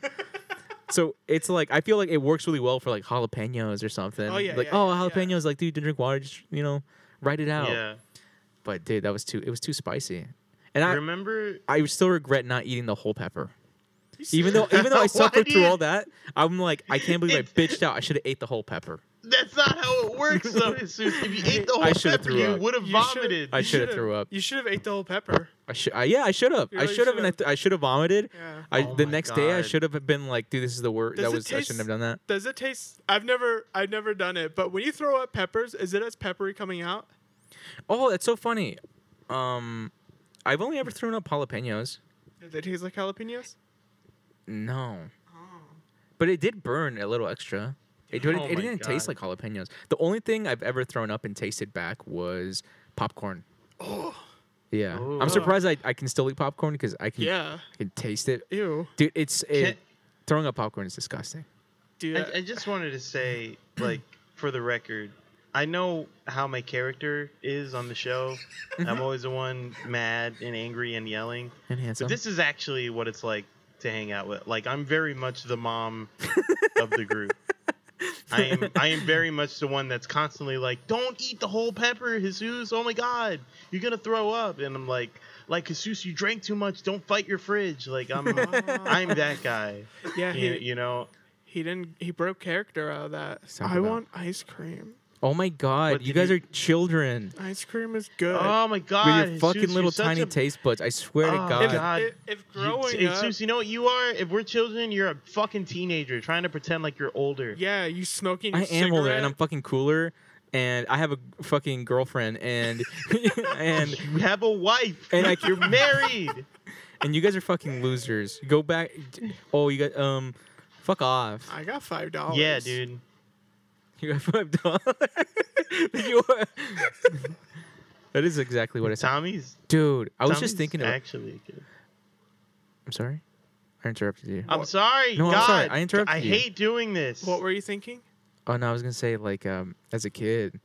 Speaker 3: so it's like I feel like it works really well for like jalapenos or something.
Speaker 2: Oh, yeah,
Speaker 3: like
Speaker 2: yeah,
Speaker 3: oh
Speaker 2: yeah, yeah.
Speaker 3: jalapenos like dude don't drink water just you know write it out.
Speaker 1: yeah.
Speaker 3: But dude that was too it was too spicy. And I
Speaker 1: Remember?
Speaker 3: I still regret not eating the whole pepper.
Speaker 2: You see-
Speaker 3: Even though even though I
Speaker 1: Why
Speaker 3: suffered
Speaker 1: do
Speaker 3: through
Speaker 1: you-
Speaker 3: all that, I'm like I can't believe I bitched out. I should have ate the whole pepper.
Speaker 1: That's not how it works, though. Jesus. If you ate the whole
Speaker 3: I should've
Speaker 1: pepper,
Speaker 3: threw
Speaker 1: you
Speaker 3: up.
Speaker 1: would have
Speaker 2: You should-
Speaker 1: vomited.
Speaker 3: I
Speaker 2: you
Speaker 3: shoulda
Speaker 2: shoulda-
Speaker 3: threw up.
Speaker 2: You should have ate the whole pepper.
Speaker 3: I should, I, yeah, I should have.
Speaker 2: You
Speaker 3: I
Speaker 2: really
Speaker 3: should have, and I,
Speaker 2: should've.
Speaker 3: th- I should have vomited.
Speaker 2: Yeah.
Speaker 3: I
Speaker 1: Oh
Speaker 3: the
Speaker 1: my
Speaker 3: next day, I
Speaker 1: God.
Speaker 3: should have been like, dude, this is the worst.
Speaker 2: Does
Speaker 3: That
Speaker 2: it
Speaker 3: was I shouldn't have
Speaker 2: taste-
Speaker 3: done that.
Speaker 2: Does it taste? I've never, I've never done it. But when you throw up peppers, is it as peppery coming out?
Speaker 3: Oh, that's so funny. Um, I've only ever thrown up jalapenos.
Speaker 2: Do they taste like jalapenos?
Speaker 3: No,
Speaker 2: Oh.
Speaker 3: but it did burn a little extra. It, didn't-
Speaker 1: Oh
Speaker 3: it
Speaker 1: my
Speaker 3: didn't taste like
Speaker 1: God.
Speaker 3: jalapenos. The only thing I've ever thrown up and tasted back was popcorn. Oh. Yeah,
Speaker 1: Oh.
Speaker 3: I'm surprised I, I can still eat popcorn because I can
Speaker 2: Yeah.
Speaker 3: I can taste it,
Speaker 2: Ew.
Speaker 3: dude. It's it,
Speaker 1: Can-
Speaker 3: throwing up popcorn is disgusting.
Speaker 2: Dude.
Speaker 1: I, I just wanted to say, like, for the record, I know how my character is on the show. I'm always the one mad and angry and yelling.
Speaker 3: And handsome.
Speaker 1: But this is actually what it's like to hang out with. Like, I'm very much the mom of the group. I am. I am very much the one that's constantly like, "Don't eat the whole pepper, Jesus! Oh my God, you're gonna throw up!" And I'm like, "Like Jesus, you drank too much. Don't fight your fridge." Like I'm, I'm that guy.
Speaker 2: yeah.
Speaker 1: You,
Speaker 2: He,
Speaker 1: you know,
Speaker 2: he didn't. He broke character out of that.
Speaker 3: Talk
Speaker 2: I
Speaker 3: about-
Speaker 2: want ice cream.
Speaker 3: Oh my god,
Speaker 1: What
Speaker 3: you
Speaker 1: did
Speaker 3: guys
Speaker 1: you-
Speaker 3: are children
Speaker 2: Ice cream is good.
Speaker 1: Oh my god!
Speaker 3: with your
Speaker 1: Jesus,
Speaker 3: fucking
Speaker 1: you're
Speaker 3: little
Speaker 1: such
Speaker 3: tiny
Speaker 1: a-
Speaker 3: taste buds. I swear to
Speaker 1: Oh,
Speaker 3: god.
Speaker 2: if,
Speaker 1: God.
Speaker 2: if, if
Speaker 1: you-
Speaker 2: growing
Speaker 1: hey,
Speaker 2: up,
Speaker 1: Jesus, you know what you are? If we're children, you're a fucking teenager trying to pretend like you're older.
Speaker 2: yeah, you smoking.
Speaker 3: I
Speaker 2: Your
Speaker 3: am
Speaker 2: cigarette.
Speaker 3: older and I'm fucking cooler and I have a fucking girlfriend and and
Speaker 1: You have a wife.
Speaker 3: And I-
Speaker 1: you're married.
Speaker 3: and you guys are fucking losers. Go back Oh, you got um fuck off.
Speaker 2: I got five dollars.
Speaker 1: yeah, dude.
Speaker 3: You got five dollars. you are That is exactly what I said.
Speaker 1: Tommy's.
Speaker 3: Dude, I was
Speaker 1: Tommy's
Speaker 3: just thinking of
Speaker 1: actually. Good.
Speaker 3: I'm sorry. I interrupted you.
Speaker 1: I'm sorry.
Speaker 3: No, I'm
Speaker 1: God,
Speaker 3: sorry, I interrupted
Speaker 1: I
Speaker 3: you.
Speaker 1: hate doing this.
Speaker 2: What were you thinking?
Speaker 3: Oh no, I was gonna say like um as a kid,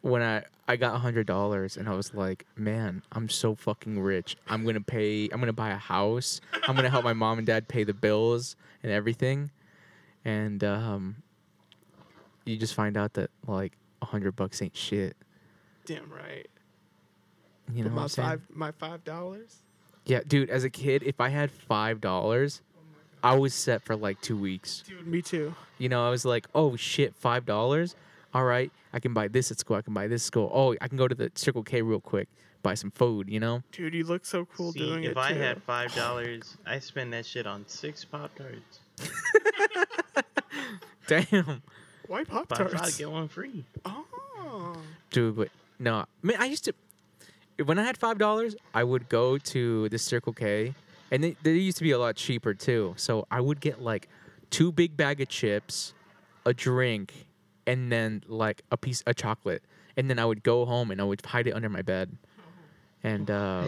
Speaker 3: when I I got a hundred dollars and I was like, man, I'm so fucking rich. I'm gonna pay. I'm gonna buy a house. I'm gonna help my mom and dad pay the bills and everything. And um, you just find out that like a hundred bucks ain't shit.
Speaker 2: Damn right.
Speaker 3: You know
Speaker 2: But
Speaker 3: what
Speaker 2: my
Speaker 3: I'm saying?
Speaker 2: five, my five dollars.
Speaker 3: Yeah, dude. As a kid, if I had five dollars, I was set for like two weeks.
Speaker 2: Dude, me too.
Speaker 3: You know, I was like, oh shit, five dollars. All right, I can buy this at school. I can buy this at school. Oh, I can go to the Circle K real quick, buy some food. You know,
Speaker 2: Dude, you look so cool
Speaker 1: See,
Speaker 2: doing
Speaker 1: if
Speaker 2: it.
Speaker 1: I
Speaker 2: too.
Speaker 1: had five dollars, I spend that shit on six pop tarts.
Speaker 3: damn,
Speaker 2: Why pop
Speaker 1: Buy five,
Speaker 2: tarts?
Speaker 1: get one free.
Speaker 2: Oh,
Speaker 3: dude. But no, I mean, I used to when I had five dollars, I would go to the Circle K, and they, they used to be a lot cheaper too. So I would get like two big bag of chips, a drink, and then like a piece of chocolate, and then I would go home and I would hide it under my bed, and uh,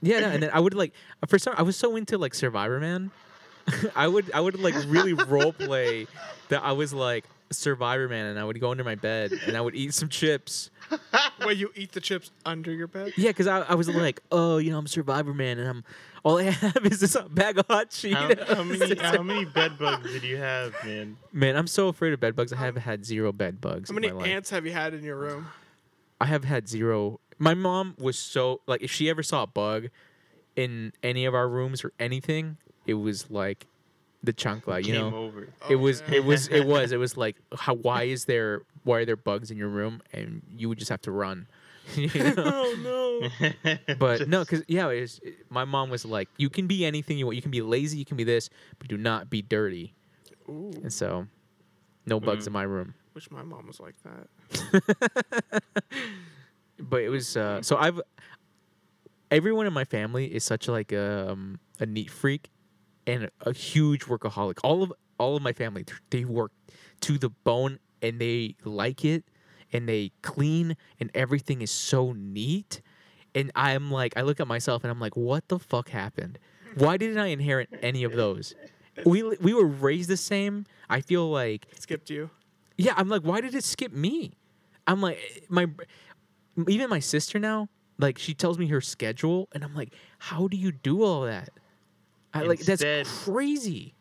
Speaker 3: yeah, no, and then I would like for some I was so into like Survivor Man, I would I would like really role play that I was like Survivor Man, and I would go under my bed and I would eat some chips.
Speaker 2: Wait, you eat the chips under your bed?
Speaker 3: Yeah, because I, I was like, oh, you know, I'm Survivor Man, and I'm all I have is this bag of hot
Speaker 1: How,
Speaker 3: Cheetos.
Speaker 1: how many how many bed bugs did you have, man?
Speaker 3: Man, I'm so afraid of bed bugs. I have had zero bed bugs.
Speaker 2: How many
Speaker 3: in my life.
Speaker 2: ants have you had in your room?
Speaker 3: I have had zero. My mom was so like, if she ever saw a bug in any of our rooms or anything, it was like the chancla, Uh, you
Speaker 1: Came
Speaker 3: know.
Speaker 1: over.
Speaker 3: it
Speaker 2: Oh,
Speaker 3: was,
Speaker 2: yeah.
Speaker 3: it was, it was, it was like, how? Why is there? Why are there bugs in your room? And you would just have to run. you know?
Speaker 2: Oh no!
Speaker 3: But
Speaker 1: Just-
Speaker 3: no, because yeah, it was, it- my mom was like, "You can be anything you want. You can be lazy. You can be this, but do not be dirty."
Speaker 2: Ooh,
Speaker 3: And so, no
Speaker 2: Mm-hmm.
Speaker 3: bugs in my room.
Speaker 2: wish my mom was like that.
Speaker 3: But it was uh, so I've everyone in my family is such like um, a neat freak and a huge workaholic. All of all of my family they work to the bone and they like it and they clean and everything is so neat. And I'm like, I look at myself and I'm like, what the fuck happened? Why didn't I inherit any of those? We we were raised the same. I feel like
Speaker 2: Skipped you.
Speaker 3: yeah, I'm like, why did it skip me? I'm like, my even my sister now, like she tells me her schedule, and I'm like, how do you do all that? I like
Speaker 1: Instead-
Speaker 3: that's crazy.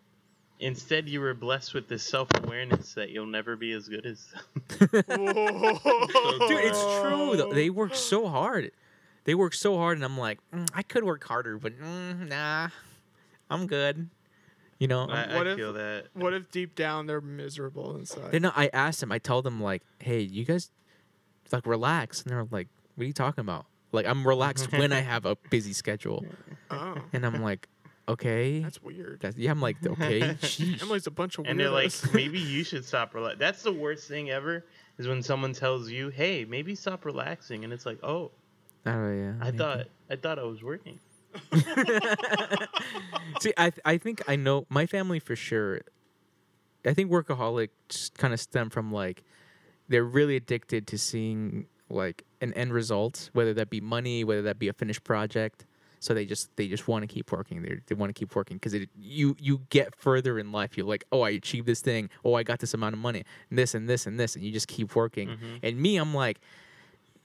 Speaker 1: Instead, you were blessed with this self awareness that you'll never be as good as them.
Speaker 3: Dude,
Speaker 2: Dude,
Speaker 3: it's true. Though. They work so hard. They work so hard, and I'm like, "Mm, I could work harder, but mm, nah, I'm good. You know, I'm-
Speaker 1: I,
Speaker 2: What
Speaker 1: I
Speaker 2: if-
Speaker 1: feel that.
Speaker 2: What if deep down they're miserable inside?
Speaker 3: They're not. I asked them. I tell them like, "Hey, you guys, like, relax." And they're like, "What are you talking about?" Like, I'm relaxed when I have a busy schedule,
Speaker 2: oh,
Speaker 3: and I'm like, "Okay."
Speaker 2: that's weird.
Speaker 3: That's, yeah, I'm like, "Okay." sheesh."
Speaker 2: Emily's a bunch of weirdos.
Speaker 1: And they're like, maybe you should stop relaxing. That's the worst thing ever is when someone tells you, hey, maybe stop relaxing. And it's like, oh,
Speaker 3: Oh yeah.
Speaker 1: I
Speaker 3: maybe.
Speaker 1: thought I thought I was working.
Speaker 3: See, I th- I think I know my family for sure. I think workaholics kind of stem from like they're really addicted to seeing like an end result, whether that be money, whether that be a finished project. So they just they just want to keep working. They they want to keep working because you you get further in life. You're like, oh, I achieved this thing. Oh, I got this amount of money. And this and this and this, and you just keep working.
Speaker 1: Mm-hmm.
Speaker 3: And me, I'm like.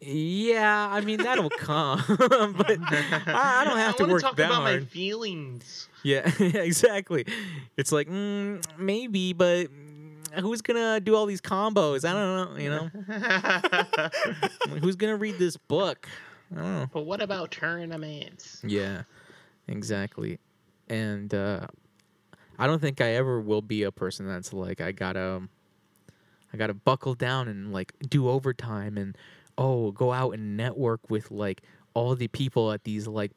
Speaker 3: Yeah, I mean that'll come, but I, I don't have to
Speaker 1: wanna
Speaker 3: work
Speaker 1: talk
Speaker 3: that
Speaker 1: about
Speaker 3: hard.
Speaker 1: my feelings.
Speaker 3: Yeah, exactly. It's like mm, maybe, but mm, who's gonna do all these combos? I don't know. You know,
Speaker 1: but
Speaker 3: Like, who's gonna read this book? I don't know.
Speaker 1: what about tournaments?
Speaker 3: Yeah, exactly. And uh, I don't think I ever will be a person that's like I gotta, um, I gotta buckle down and like do overtime and oh go out and network with like all the people at these like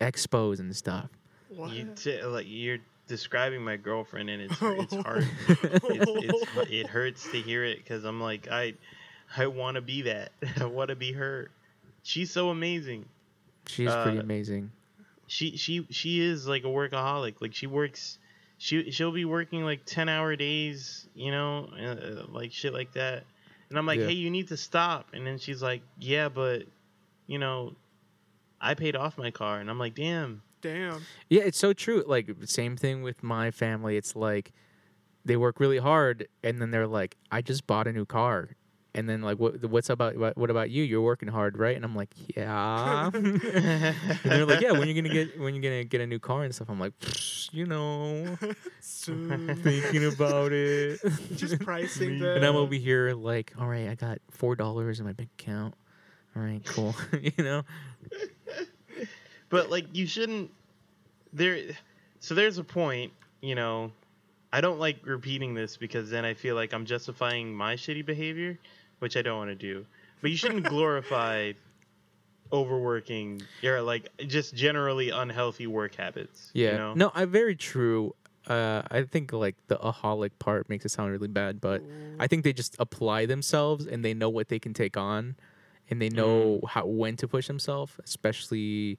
Speaker 3: expos and stuff.
Speaker 2: what?
Speaker 1: You t- like you're describing my girlfriend, and it's it's hard. it's, it's, hu- it hurts to hear it because I'm like I I want to be that. I want to be her. She's so amazing.
Speaker 3: She's pretty
Speaker 1: Uh,
Speaker 3: amazing.
Speaker 1: She she she is like a workaholic. Like she works. She she'll be working like ten hour days. You know, uh, uh, like shit like that. And I'm like,
Speaker 3: Yeah.
Speaker 1: hey, you need to stop. And then she's like, yeah, but you know, I paid off my car. And I'm like, damn.
Speaker 2: Damn.
Speaker 3: Yeah, it's so true. Like same thing with my family. It's like they work really hard, and then they're like, "I just bought a new car," and then like, "What? What's about? What, what about you? You're working hard, right?" And I'm like, "Yeah." and they're like, "Yeah, when you're gonna get when you're gonna get a new car and stuff?" I'm like, "Pfft, "You know,
Speaker 2: Soon.
Speaker 3: thinking about it."
Speaker 2: Just pricing the.
Speaker 3: and I'm over here like, "All right, I got four dollars in my bank account. All right, cool. you know,
Speaker 1: but like you shouldn't there so there's a point you know i don't like repeating this because then i feel like i'm justifying my shitty behavior which i don't want to do but you shouldn't glorify overworking or like just generally unhealthy work habits
Speaker 3: Yeah.
Speaker 1: you know?
Speaker 3: No, I very true. Uh, I think like the aholic part makes it sound really bad, but I think they just apply themselves and they know what they can take on, and they know
Speaker 1: Mm.
Speaker 3: how when to push themselves. Especially,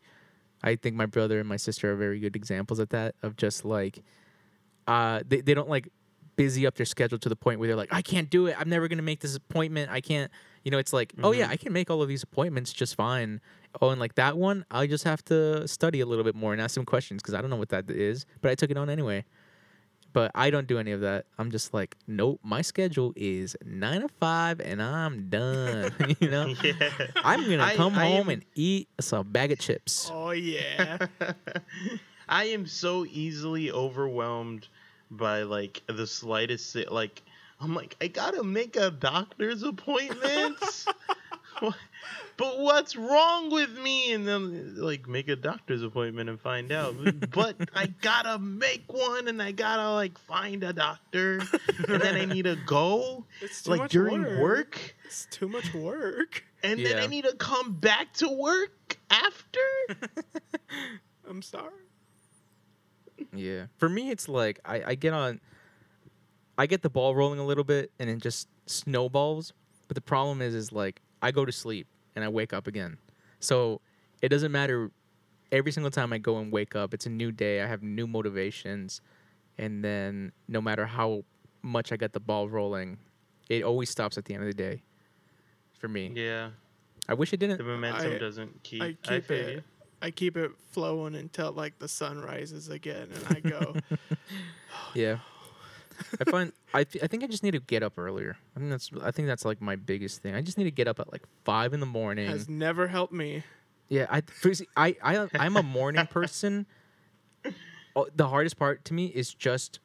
Speaker 3: I think my brother and my sister are very good examples of that. Of just like, uh, they they don't like busy up their schedule to the point where they're like, I can't do it. I'm never gonna make this appointment. I can't. You know, it's like, oh
Speaker 1: Mm-hmm.
Speaker 3: yeah, I can make all of these appointments just fine. Oh, and like that one, I just have to study a little bit more and ask some questions because I don't know what that is. But I took it on anyway. But I don't do any of that. I'm just like, nope, my schedule is nine to five and I'm done. you know?
Speaker 1: Yeah.
Speaker 3: I'm gonna
Speaker 1: I-
Speaker 3: come
Speaker 1: I
Speaker 3: home
Speaker 1: am-
Speaker 3: and eat some bag of chips.
Speaker 2: Oh yeah.
Speaker 1: I am so easily overwhelmed by like the slightest si- like I'm like I gotta make a doctor's appointment. What- but what's wrong with me? And then like make a doctor's appointment and find out. but I gotta make one and I gotta like find a doctor and then I need to go
Speaker 2: It's too
Speaker 1: like
Speaker 2: much
Speaker 1: during
Speaker 2: work.
Speaker 1: work
Speaker 2: It's too much work.
Speaker 1: and then I
Speaker 3: Yeah.
Speaker 1: need to come back to work after.
Speaker 2: I'm sorry.
Speaker 3: Yeah. For me, it's like I, I get on, I get the ball rolling a little bit, and it just snowballs. But the problem is, is like I go to sleep and I wake up again, so it doesn't matter. Every single time I go and wake up, it's a new day. I have new motivations, and then no matter how much I get the ball rolling, it always stops at the end of the day. For me,
Speaker 1: Yeah.
Speaker 3: I wish it didn't.
Speaker 1: The momentum
Speaker 2: I-
Speaker 1: doesn't keep.
Speaker 2: I keep
Speaker 1: feel
Speaker 2: it.
Speaker 1: you.
Speaker 2: I keep it flowing until like the sun rises again, and I go.
Speaker 3: Yeah. I find I, th- I think I just need to get up earlier. I think that's I think that's like my biggest thing. I just need to get up at like five in the morning.
Speaker 2: has never helped me.
Speaker 3: yeah, I, for- see, I I I'm a morning person. Oh, the hardest part to me is just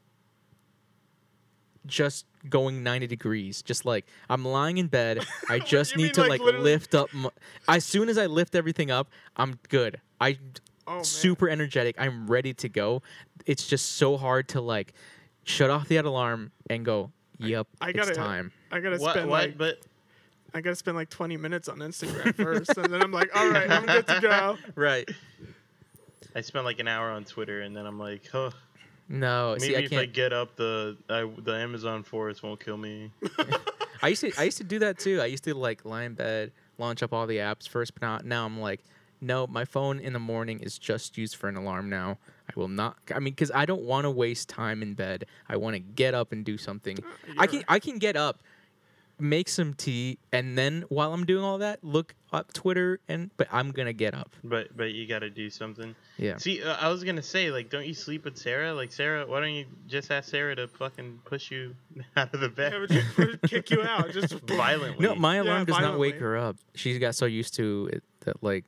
Speaker 3: just going 90 degrees just like i'm lying in bed i just
Speaker 2: You
Speaker 3: need
Speaker 2: mean,
Speaker 3: to
Speaker 2: like,
Speaker 3: like,
Speaker 2: literally-
Speaker 3: lift up m as soon as i lift everything up i'm good i
Speaker 2: Oh man.
Speaker 3: super energetic. I'm ready to go. It's just so hard to like shut off that alarm and go, yep,
Speaker 2: I gotta-
Speaker 3: it's time.
Speaker 2: I gotta
Speaker 1: What?
Speaker 2: spend
Speaker 1: what?
Speaker 2: like
Speaker 1: but
Speaker 2: I gotta spend like 20 minutes on Instagram first, and then I'm like, all right, I'm good to go.
Speaker 3: Right.
Speaker 1: I spent like an hour on Twitter, and then I'm like, huh.
Speaker 3: No,
Speaker 1: Maybe
Speaker 3: Oh, see, I
Speaker 1: if I
Speaker 3: can't.
Speaker 1: get up, the I, the Amazon forest won't kill me.
Speaker 3: I used to, I used to do that too. I used to like lie in bed, launch up all the apps first, but not, now I'm like, no, my phone in the morning is just used for an alarm now. I will not. I mean, because I don't want to waste time in bed. I want to get up and do something.
Speaker 2: Uh,
Speaker 3: I
Speaker 2: you're
Speaker 3: can
Speaker 2: right.
Speaker 3: I can get up, make some tea, and then while I'm doing all that, look up Twitter and. But I'm gonna get up.
Speaker 1: But but you gotta do something.
Speaker 3: Yeah.
Speaker 1: See, uh, I was gonna say like, don't you sleep with Sarah? Like Sarah, why don't you just ask Sarah to fucking push you out of the
Speaker 2: I
Speaker 1: bed
Speaker 2: would just would kick you out. Just
Speaker 1: violently?
Speaker 3: No, my
Speaker 2: Yeah,
Speaker 3: alarm does not wake
Speaker 2: violently.
Speaker 3: her up. She got so used to it that like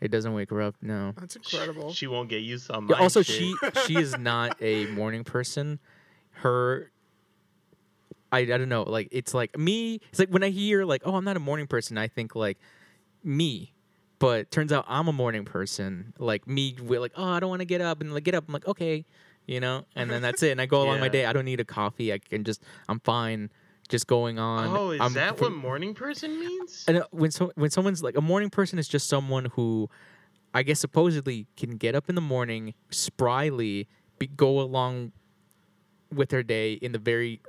Speaker 3: it doesn't wake her up. No.
Speaker 2: That's
Speaker 1: She-
Speaker 2: incredible.
Speaker 1: She won't get used to my.
Speaker 3: Yeah, also,
Speaker 1: shit.
Speaker 3: she she is not a morning person. Her. I, I don't know like it's like me it's like when I hear like oh I'm not a morning person I think like me but turns out I'm a morning person like me we're like oh I don't want to get up and like get up I'm like okay you know and then that's it and I go along my
Speaker 1: Yeah.
Speaker 3: day I don't need a coffee I can just I'm fine just going on
Speaker 1: Oh, is
Speaker 3: I'm
Speaker 1: that
Speaker 3: fr-
Speaker 1: what morning person means?
Speaker 3: and uh, when so when someone's like a morning person is just someone who i guess supposedly can get up in the morning spryly be, go along with their day in the very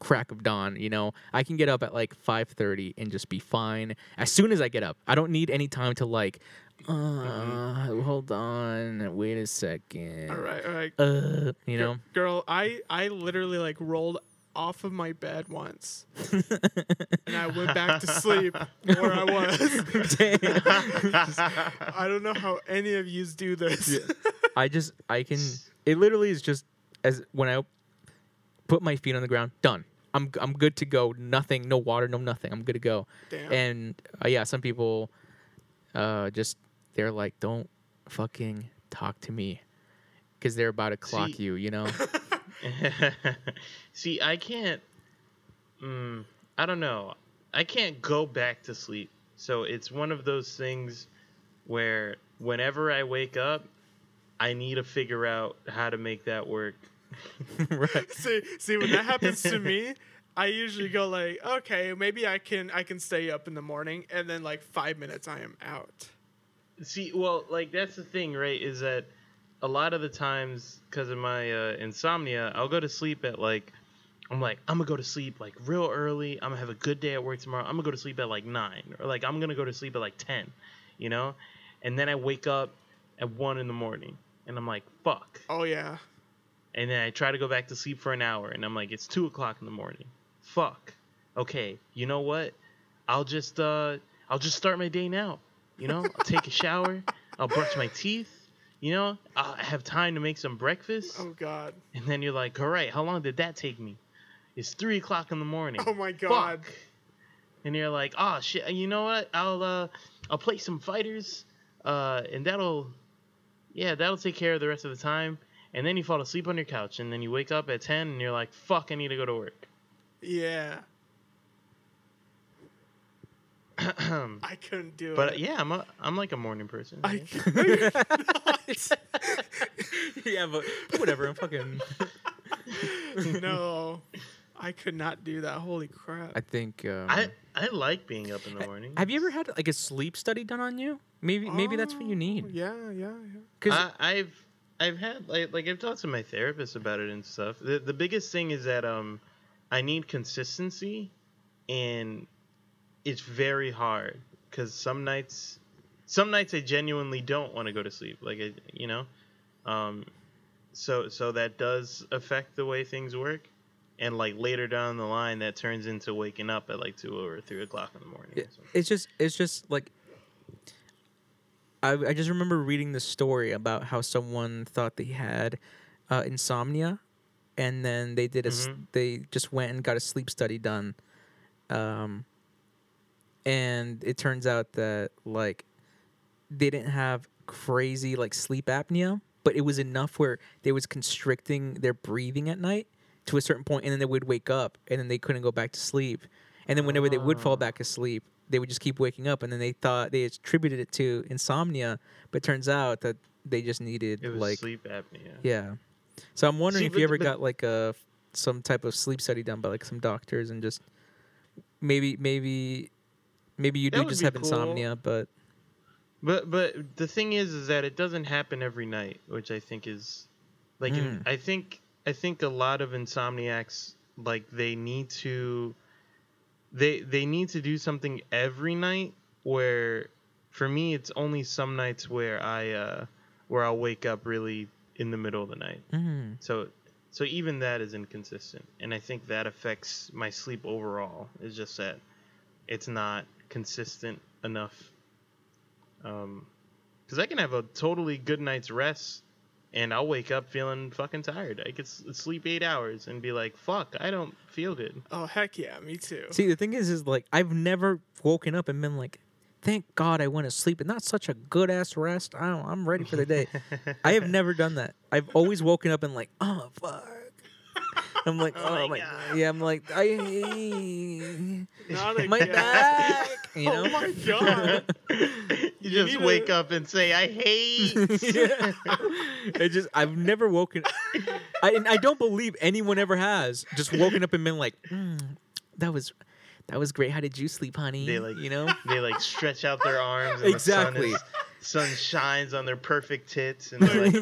Speaker 3: crack of dawn you know i can get up at like 5.30 and just be fine as soon as i get up i don't need any time to like uh hold on wait a second
Speaker 2: all right, all right.
Speaker 3: uh you
Speaker 1: um,
Speaker 3: know
Speaker 2: Girl, I I literally like rolled off of my bed once, and I went back to sleep where I was. I don't know how any of yous do this.
Speaker 3: I just I can it literally is just as when I put my feet on the ground, done. I'm I'm good to go. Nothing, no water, no nothing. I'm good to go.
Speaker 2: Damn.
Speaker 3: And uh, yeah, some people uh just they're like don't fucking talk to me cuz they're about to clock
Speaker 1: See-
Speaker 3: you, you know.
Speaker 1: See, I can't. Mm, I don't know. I can't go back to sleep. So it's one of those things where whenever I wake up, I need to figure out how to make that work.
Speaker 3: right.
Speaker 2: see, see, when that happens to me, I usually go like, okay, maybe I can I can stay up in the morning, and then like five minutes, I am out.
Speaker 1: See, well, like that's the thing, right? Is that a lot of the times because of my uh, insomnia, I'll go to sleep at like I'm like I'm gonna go to sleep like real early. I'm gonna have a good day at work tomorrow. I'm gonna go to sleep at like nine or like I'm gonna go to sleep at like ten, you know, and then I wake up at one in the morning and I'm like fuck,
Speaker 2: Oh yeah.
Speaker 1: and then I try to go back to sleep for an hour, and I'm like, it's two o'clock in the morning. Fuck. Okay, you know what? I'll just uh, I'll just start my day now. You know, I'll take a shower. I'll brush my teeth. You know, I'll have time to make some breakfast.
Speaker 2: Oh God.
Speaker 1: And then you're like, all right, how long did that take me? It's three o'clock in the morning.
Speaker 2: Oh my God.
Speaker 1: Fuck. And you're like, oh shit, you know what? I'll uh, I'll play some fighters, uh, and that'll, yeah, that'll take care of the rest of the time. And then you fall asleep on your couch, and then you wake up at ten, and you're like, fuck, I need to go to work.
Speaker 2: Yeah. I couldn't do
Speaker 1: but
Speaker 2: it.
Speaker 1: yeah, I'm a, I'm like a morning person.
Speaker 2: I
Speaker 1: yeah.
Speaker 2: c- no, you're not.
Speaker 3: yeah, but whatever. I'm fucking.
Speaker 2: no, I could not do that. Holy crap!
Speaker 3: I think. Um,
Speaker 1: I I like being up in the morning.
Speaker 3: have you ever had like a sleep study done on you? Maybe maybe that's what you
Speaker 2: Oh,
Speaker 3: need.
Speaker 2: Yeah, yeah, yeah.
Speaker 3: Because
Speaker 1: I, I've I've had like like I've talked to my therapist about it and stuff. The the biggest thing is that um I need consistency, and it's very hard because some nights some nights I genuinely don't want to go to sleep. Like I you know, um, so so that does affect the way things work. And like later down the line, that turns into waking up at like two or three o'clock in the morning. or something.
Speaker 3: it's just it's just like I, I just remember reading this story about how someone thought they had uh, insomnia, and then they did a s
Speaker 1: Mhm.
Speaker 3: they just went and got a sleep study done, um, and it turns out that like they didn't have crazy like sleep apnea, but it was enough where they was constricting their breathing at night to a certain point, and then they would wake up, and then they couldn't go back to sleep, and then whenever they would fall back asleep, they would just keep waking up, and then they thought they attributed it to insomnia, but turns out that they just needed
Speaker 1: It was
Speaker 3: like
Speaker 1: sleep apnea.
Speaker 3: yeah. So I'm wondering
Speaker 1: See,
Speaker 3: if you
Speaker 1: but-
Speaker 3: ever
Speaker 1: but-
Speaker 3: got like a some type of sleep study done by like some doctors and just maybe maybe maybe you
Speaker 1: That
Speaker 3: do
Speaker 1: would
Speaker 3: just
Speaker 1: be
Speaker 3: have
Speaker 1: cool.
Speaker 3: insomnia, but
Speaker 1: But but the thing is, is that it doesn't happen every night, which I think is, like, in-
Speaker 3: Mm.
Speaker 1: I think I think a lot of insomniacs like they need to, they they need to do something every night. Where, for me, it's only some nights where I uh where I'll wake up really in the middle of the night.
Speaker 3: mm,
Speaker 1: So so even that is inconsistent, and I think that affects my sleep overall. It's just that it's not consistent enough. Um, because I can have a totally good night's rest, and I'll wake up feeling fucking tired. I could s- sleep eight hours and be like, "Fuck, I don't feel good."
Speaker 2: Oh heck yeah, me too.
Speaker 3: see the thing is is like I've never woken up and been like, thank God I went to sleep and that's such a good ass rest. I don't, I'm ready for the day. I have never done that. I've always woken up and like, oh fuck. I'm like, oh, my,
Speaker 1: God.
Speaker 3: yeah. I'm like, I,
Speaker 2: Not again.
Speaker 3: my back. You know?
Speaker 2: Oh my god.
Speaker 1: you, just
Speaker 2: need to-
Speaker 1: wake up and say, "I hate."
Speaker 3: yeah. It just I've never woken I and I don't believe anyone ever has just woken up and been like, "Mm, that was that was great. How did you sleep, honey?
Speaker 1: They, like-
Speaker 3: you know?
Speaker 1: they like stretch out their arms. And The sun,
Speaker 3: Exactly.
Speaker 1: is, sun shines on their perfect tits, and they're like,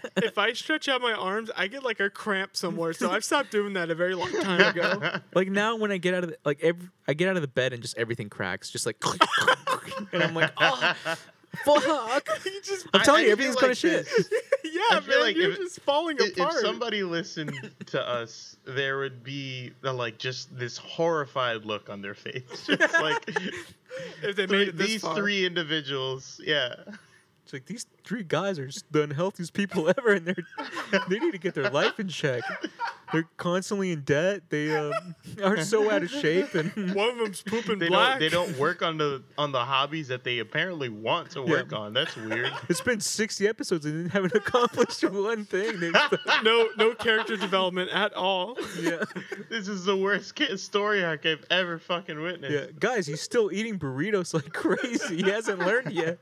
Speaker 2: I- if I stretch out my arms, I get like a cramp somewhere. So I've stopped doing that a very long time ago.
Speaker 3: Like now when I get out of the, like every, I get out of the bed and just everything cracks, just like and I'm like, oh fuck.
Speaker 2: you just,
Speaker 3: I'm
Speaker 1: I-
Speaker 3: telling
Speaker 1: I
Speaker 3: you,
Speaker 1: feel
Speaker 3: everything's
Speaker 1: like
Speaker 3: gonna shit.
Speaker 1: this-
Speaker 2: yeah,
Speaker 1: I
Speaker 2: man,
Speaker 1: feel like
Speaker 2: you're
Speaker 1: if-
Speaker 2: just falling
Speaker 1: if, if
Speaker 2: apart.
Speaker 1: somebody listened to us, there would be uh, like just this horrified look on their face. Just like
Speaker 2: if they made
Speaker 1: three,
Speaker 2: it this
Speaker 1: these
Speaker 2: far.
Speaker 1: three individuals, yeah.
Speaker 3: It's like these three guys are just the unhealthiest people ever, and they're they need to get their life in check. They're constantly in debt. They um, are so out of shape, and
Speaker 2: one of them's pooping
Speaker 1: They
Speaker 2: black.
Speaker 1: don't they don't work on the on the hobbies that they apparently want to work on. That's weird.
Speaker 3: it's been sixty episodes and they haven't accomplished one thing. They just-
Speaker 2: no, no character development at all.
Speaker 3: yeah,
Speaker 1: this is the worst ki- story arc I've ever fucking
Speaker 3: yeah,
Speaker 1: witnessed.
Speaker 3: guys, he's still eating burritos like crazy. He hasn't learned yet.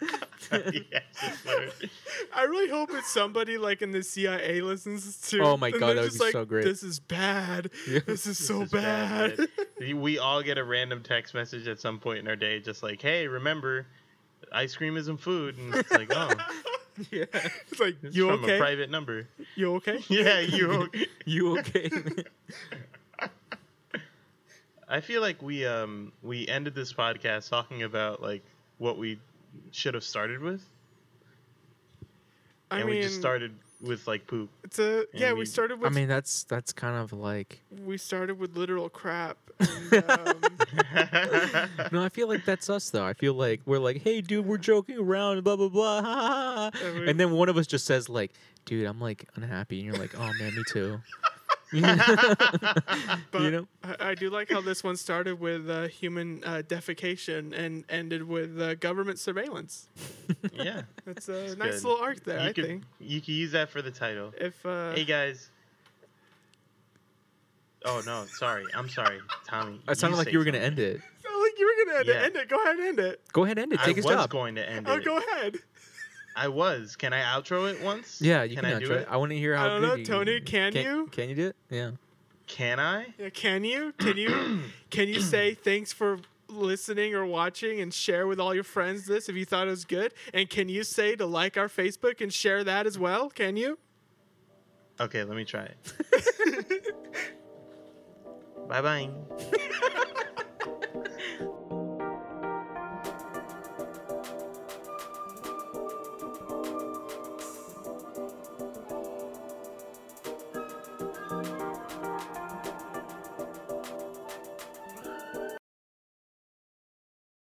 Speaker 1: Yeah. it's weird.
Speaker 2: I really hope it's somebody like in the CIA listens to.
Speaker 3: Oh my
Speaker 2: and
Speaker 3: God,
Speaker 2: they're
Speaker 3: that would
Speaker 2: just
Speaker 3: be
Speaker 2: like,
Speaker 3: so great.
Speaker 2: This is bad.
Speaker 3: Yeah.
Speaker 2: This is so
Speaker 1: This is
Speaker 2: bad.
Speaker 1: bad. we all get a random text message at some point in our day, just like, "Hey, remember, ice cream isn't food." And it's like, "Oh,
Speaker 3: Yeah,
Speaker 2: it's like
Speaker 1: it's
Speaker 2: you
Speaker 1: from a
Speaker 2: okay?
Speaker 1: private number."
Speaker 2: you okay?
Speaker 1: Yeah, you.
Speaker 3: you okay? man?
Speaker 1: I feel like we um we ended this podcast talking about like what we should have started with,
Speaker 2: I
Speaker 1: and
Speaker 2: mean,
Speaker 1: we just started with like poop.
Speaker 2: It's a yeah.
Speaker 1: And
Speaker 2: We
Speaker 1: we-
Speaker 2: started
Speaker 3: I
Speaker 2: with
Speaker 3: mean, that's that's kind of like.
Speaker 2: we started with literal crap. And, um,
Speaker 3: No, I feel like that's us though. I feel like we're like, hey, dude, we're joking around, blah blah blah, ha, ha, ha."
Speaker 2: And we-
Speaker 3: and then one of us just says like, dude, I'm like unhappy, and you're like, oh man, me too.
Speaker 2: but
Speaker 3: you know,
Speaker 2: I, I do like how this one started with uh, human uh, defecation and ended with uh, government surveillance.
Speaker 1: yeah.
Speaker 2: That's a
Speaker 1: It's
Speaker 2: nice
Speaker 1: good.
Speaker 2: little arc there.
Speaker 1: you
Speaker 2: I
Speaker 1: could,
Speaker 2: think
Speaker 1: you could use that for the title.
Speaker 2: if uh,
Speaker 1: Hey guys. Oh no, sorry. I'm sorry, Tommy.
Speaker 3: it sounded like
Speaker 1: say
Speaker 3: you were gonna
Speaker 1: something.
Speaker 3: end it.
Speaker 2: I like you were gonna end it.
Speaker 1: Yeah.
Speaker 2: End it. Go ahead. End it.
Speaker 3: Go ahead, end it.
Speaker 1: I
Speaker 3: Take his
Speaker 1: was
Speaker 3: job.
Speaker 1: going to end
Speaker 2: Oh,
Speaker 1: it.
Speaker 2: go ahead.
Speaker 1: I was. Can I outro it once?
Speaker 3: yeah, you
Speaker 1: can,
Speaker 3: can,
Speaker 1: I
Speaker 3: outro
Speaker 1: do
Speaker 3: it.
Speaker 1: it?
Speaker 3: I want to hear how.
Speaker 2: I don't
Speaker 3: good
Speaker 2: know,
Speaker 3: you-
Speaker 2: Tony, can you?
Speaker 3: Can you do it? Yeah.
Speaker 1: Can I?
Speaker 2: Yeah, can you? Can you? can you say thanks for listening or watching and share with all your friends this if you thought it was good? And can you say to like our Facebook and share that as well? Can you?
Speaker 1: Okay, let me try it. bye bye.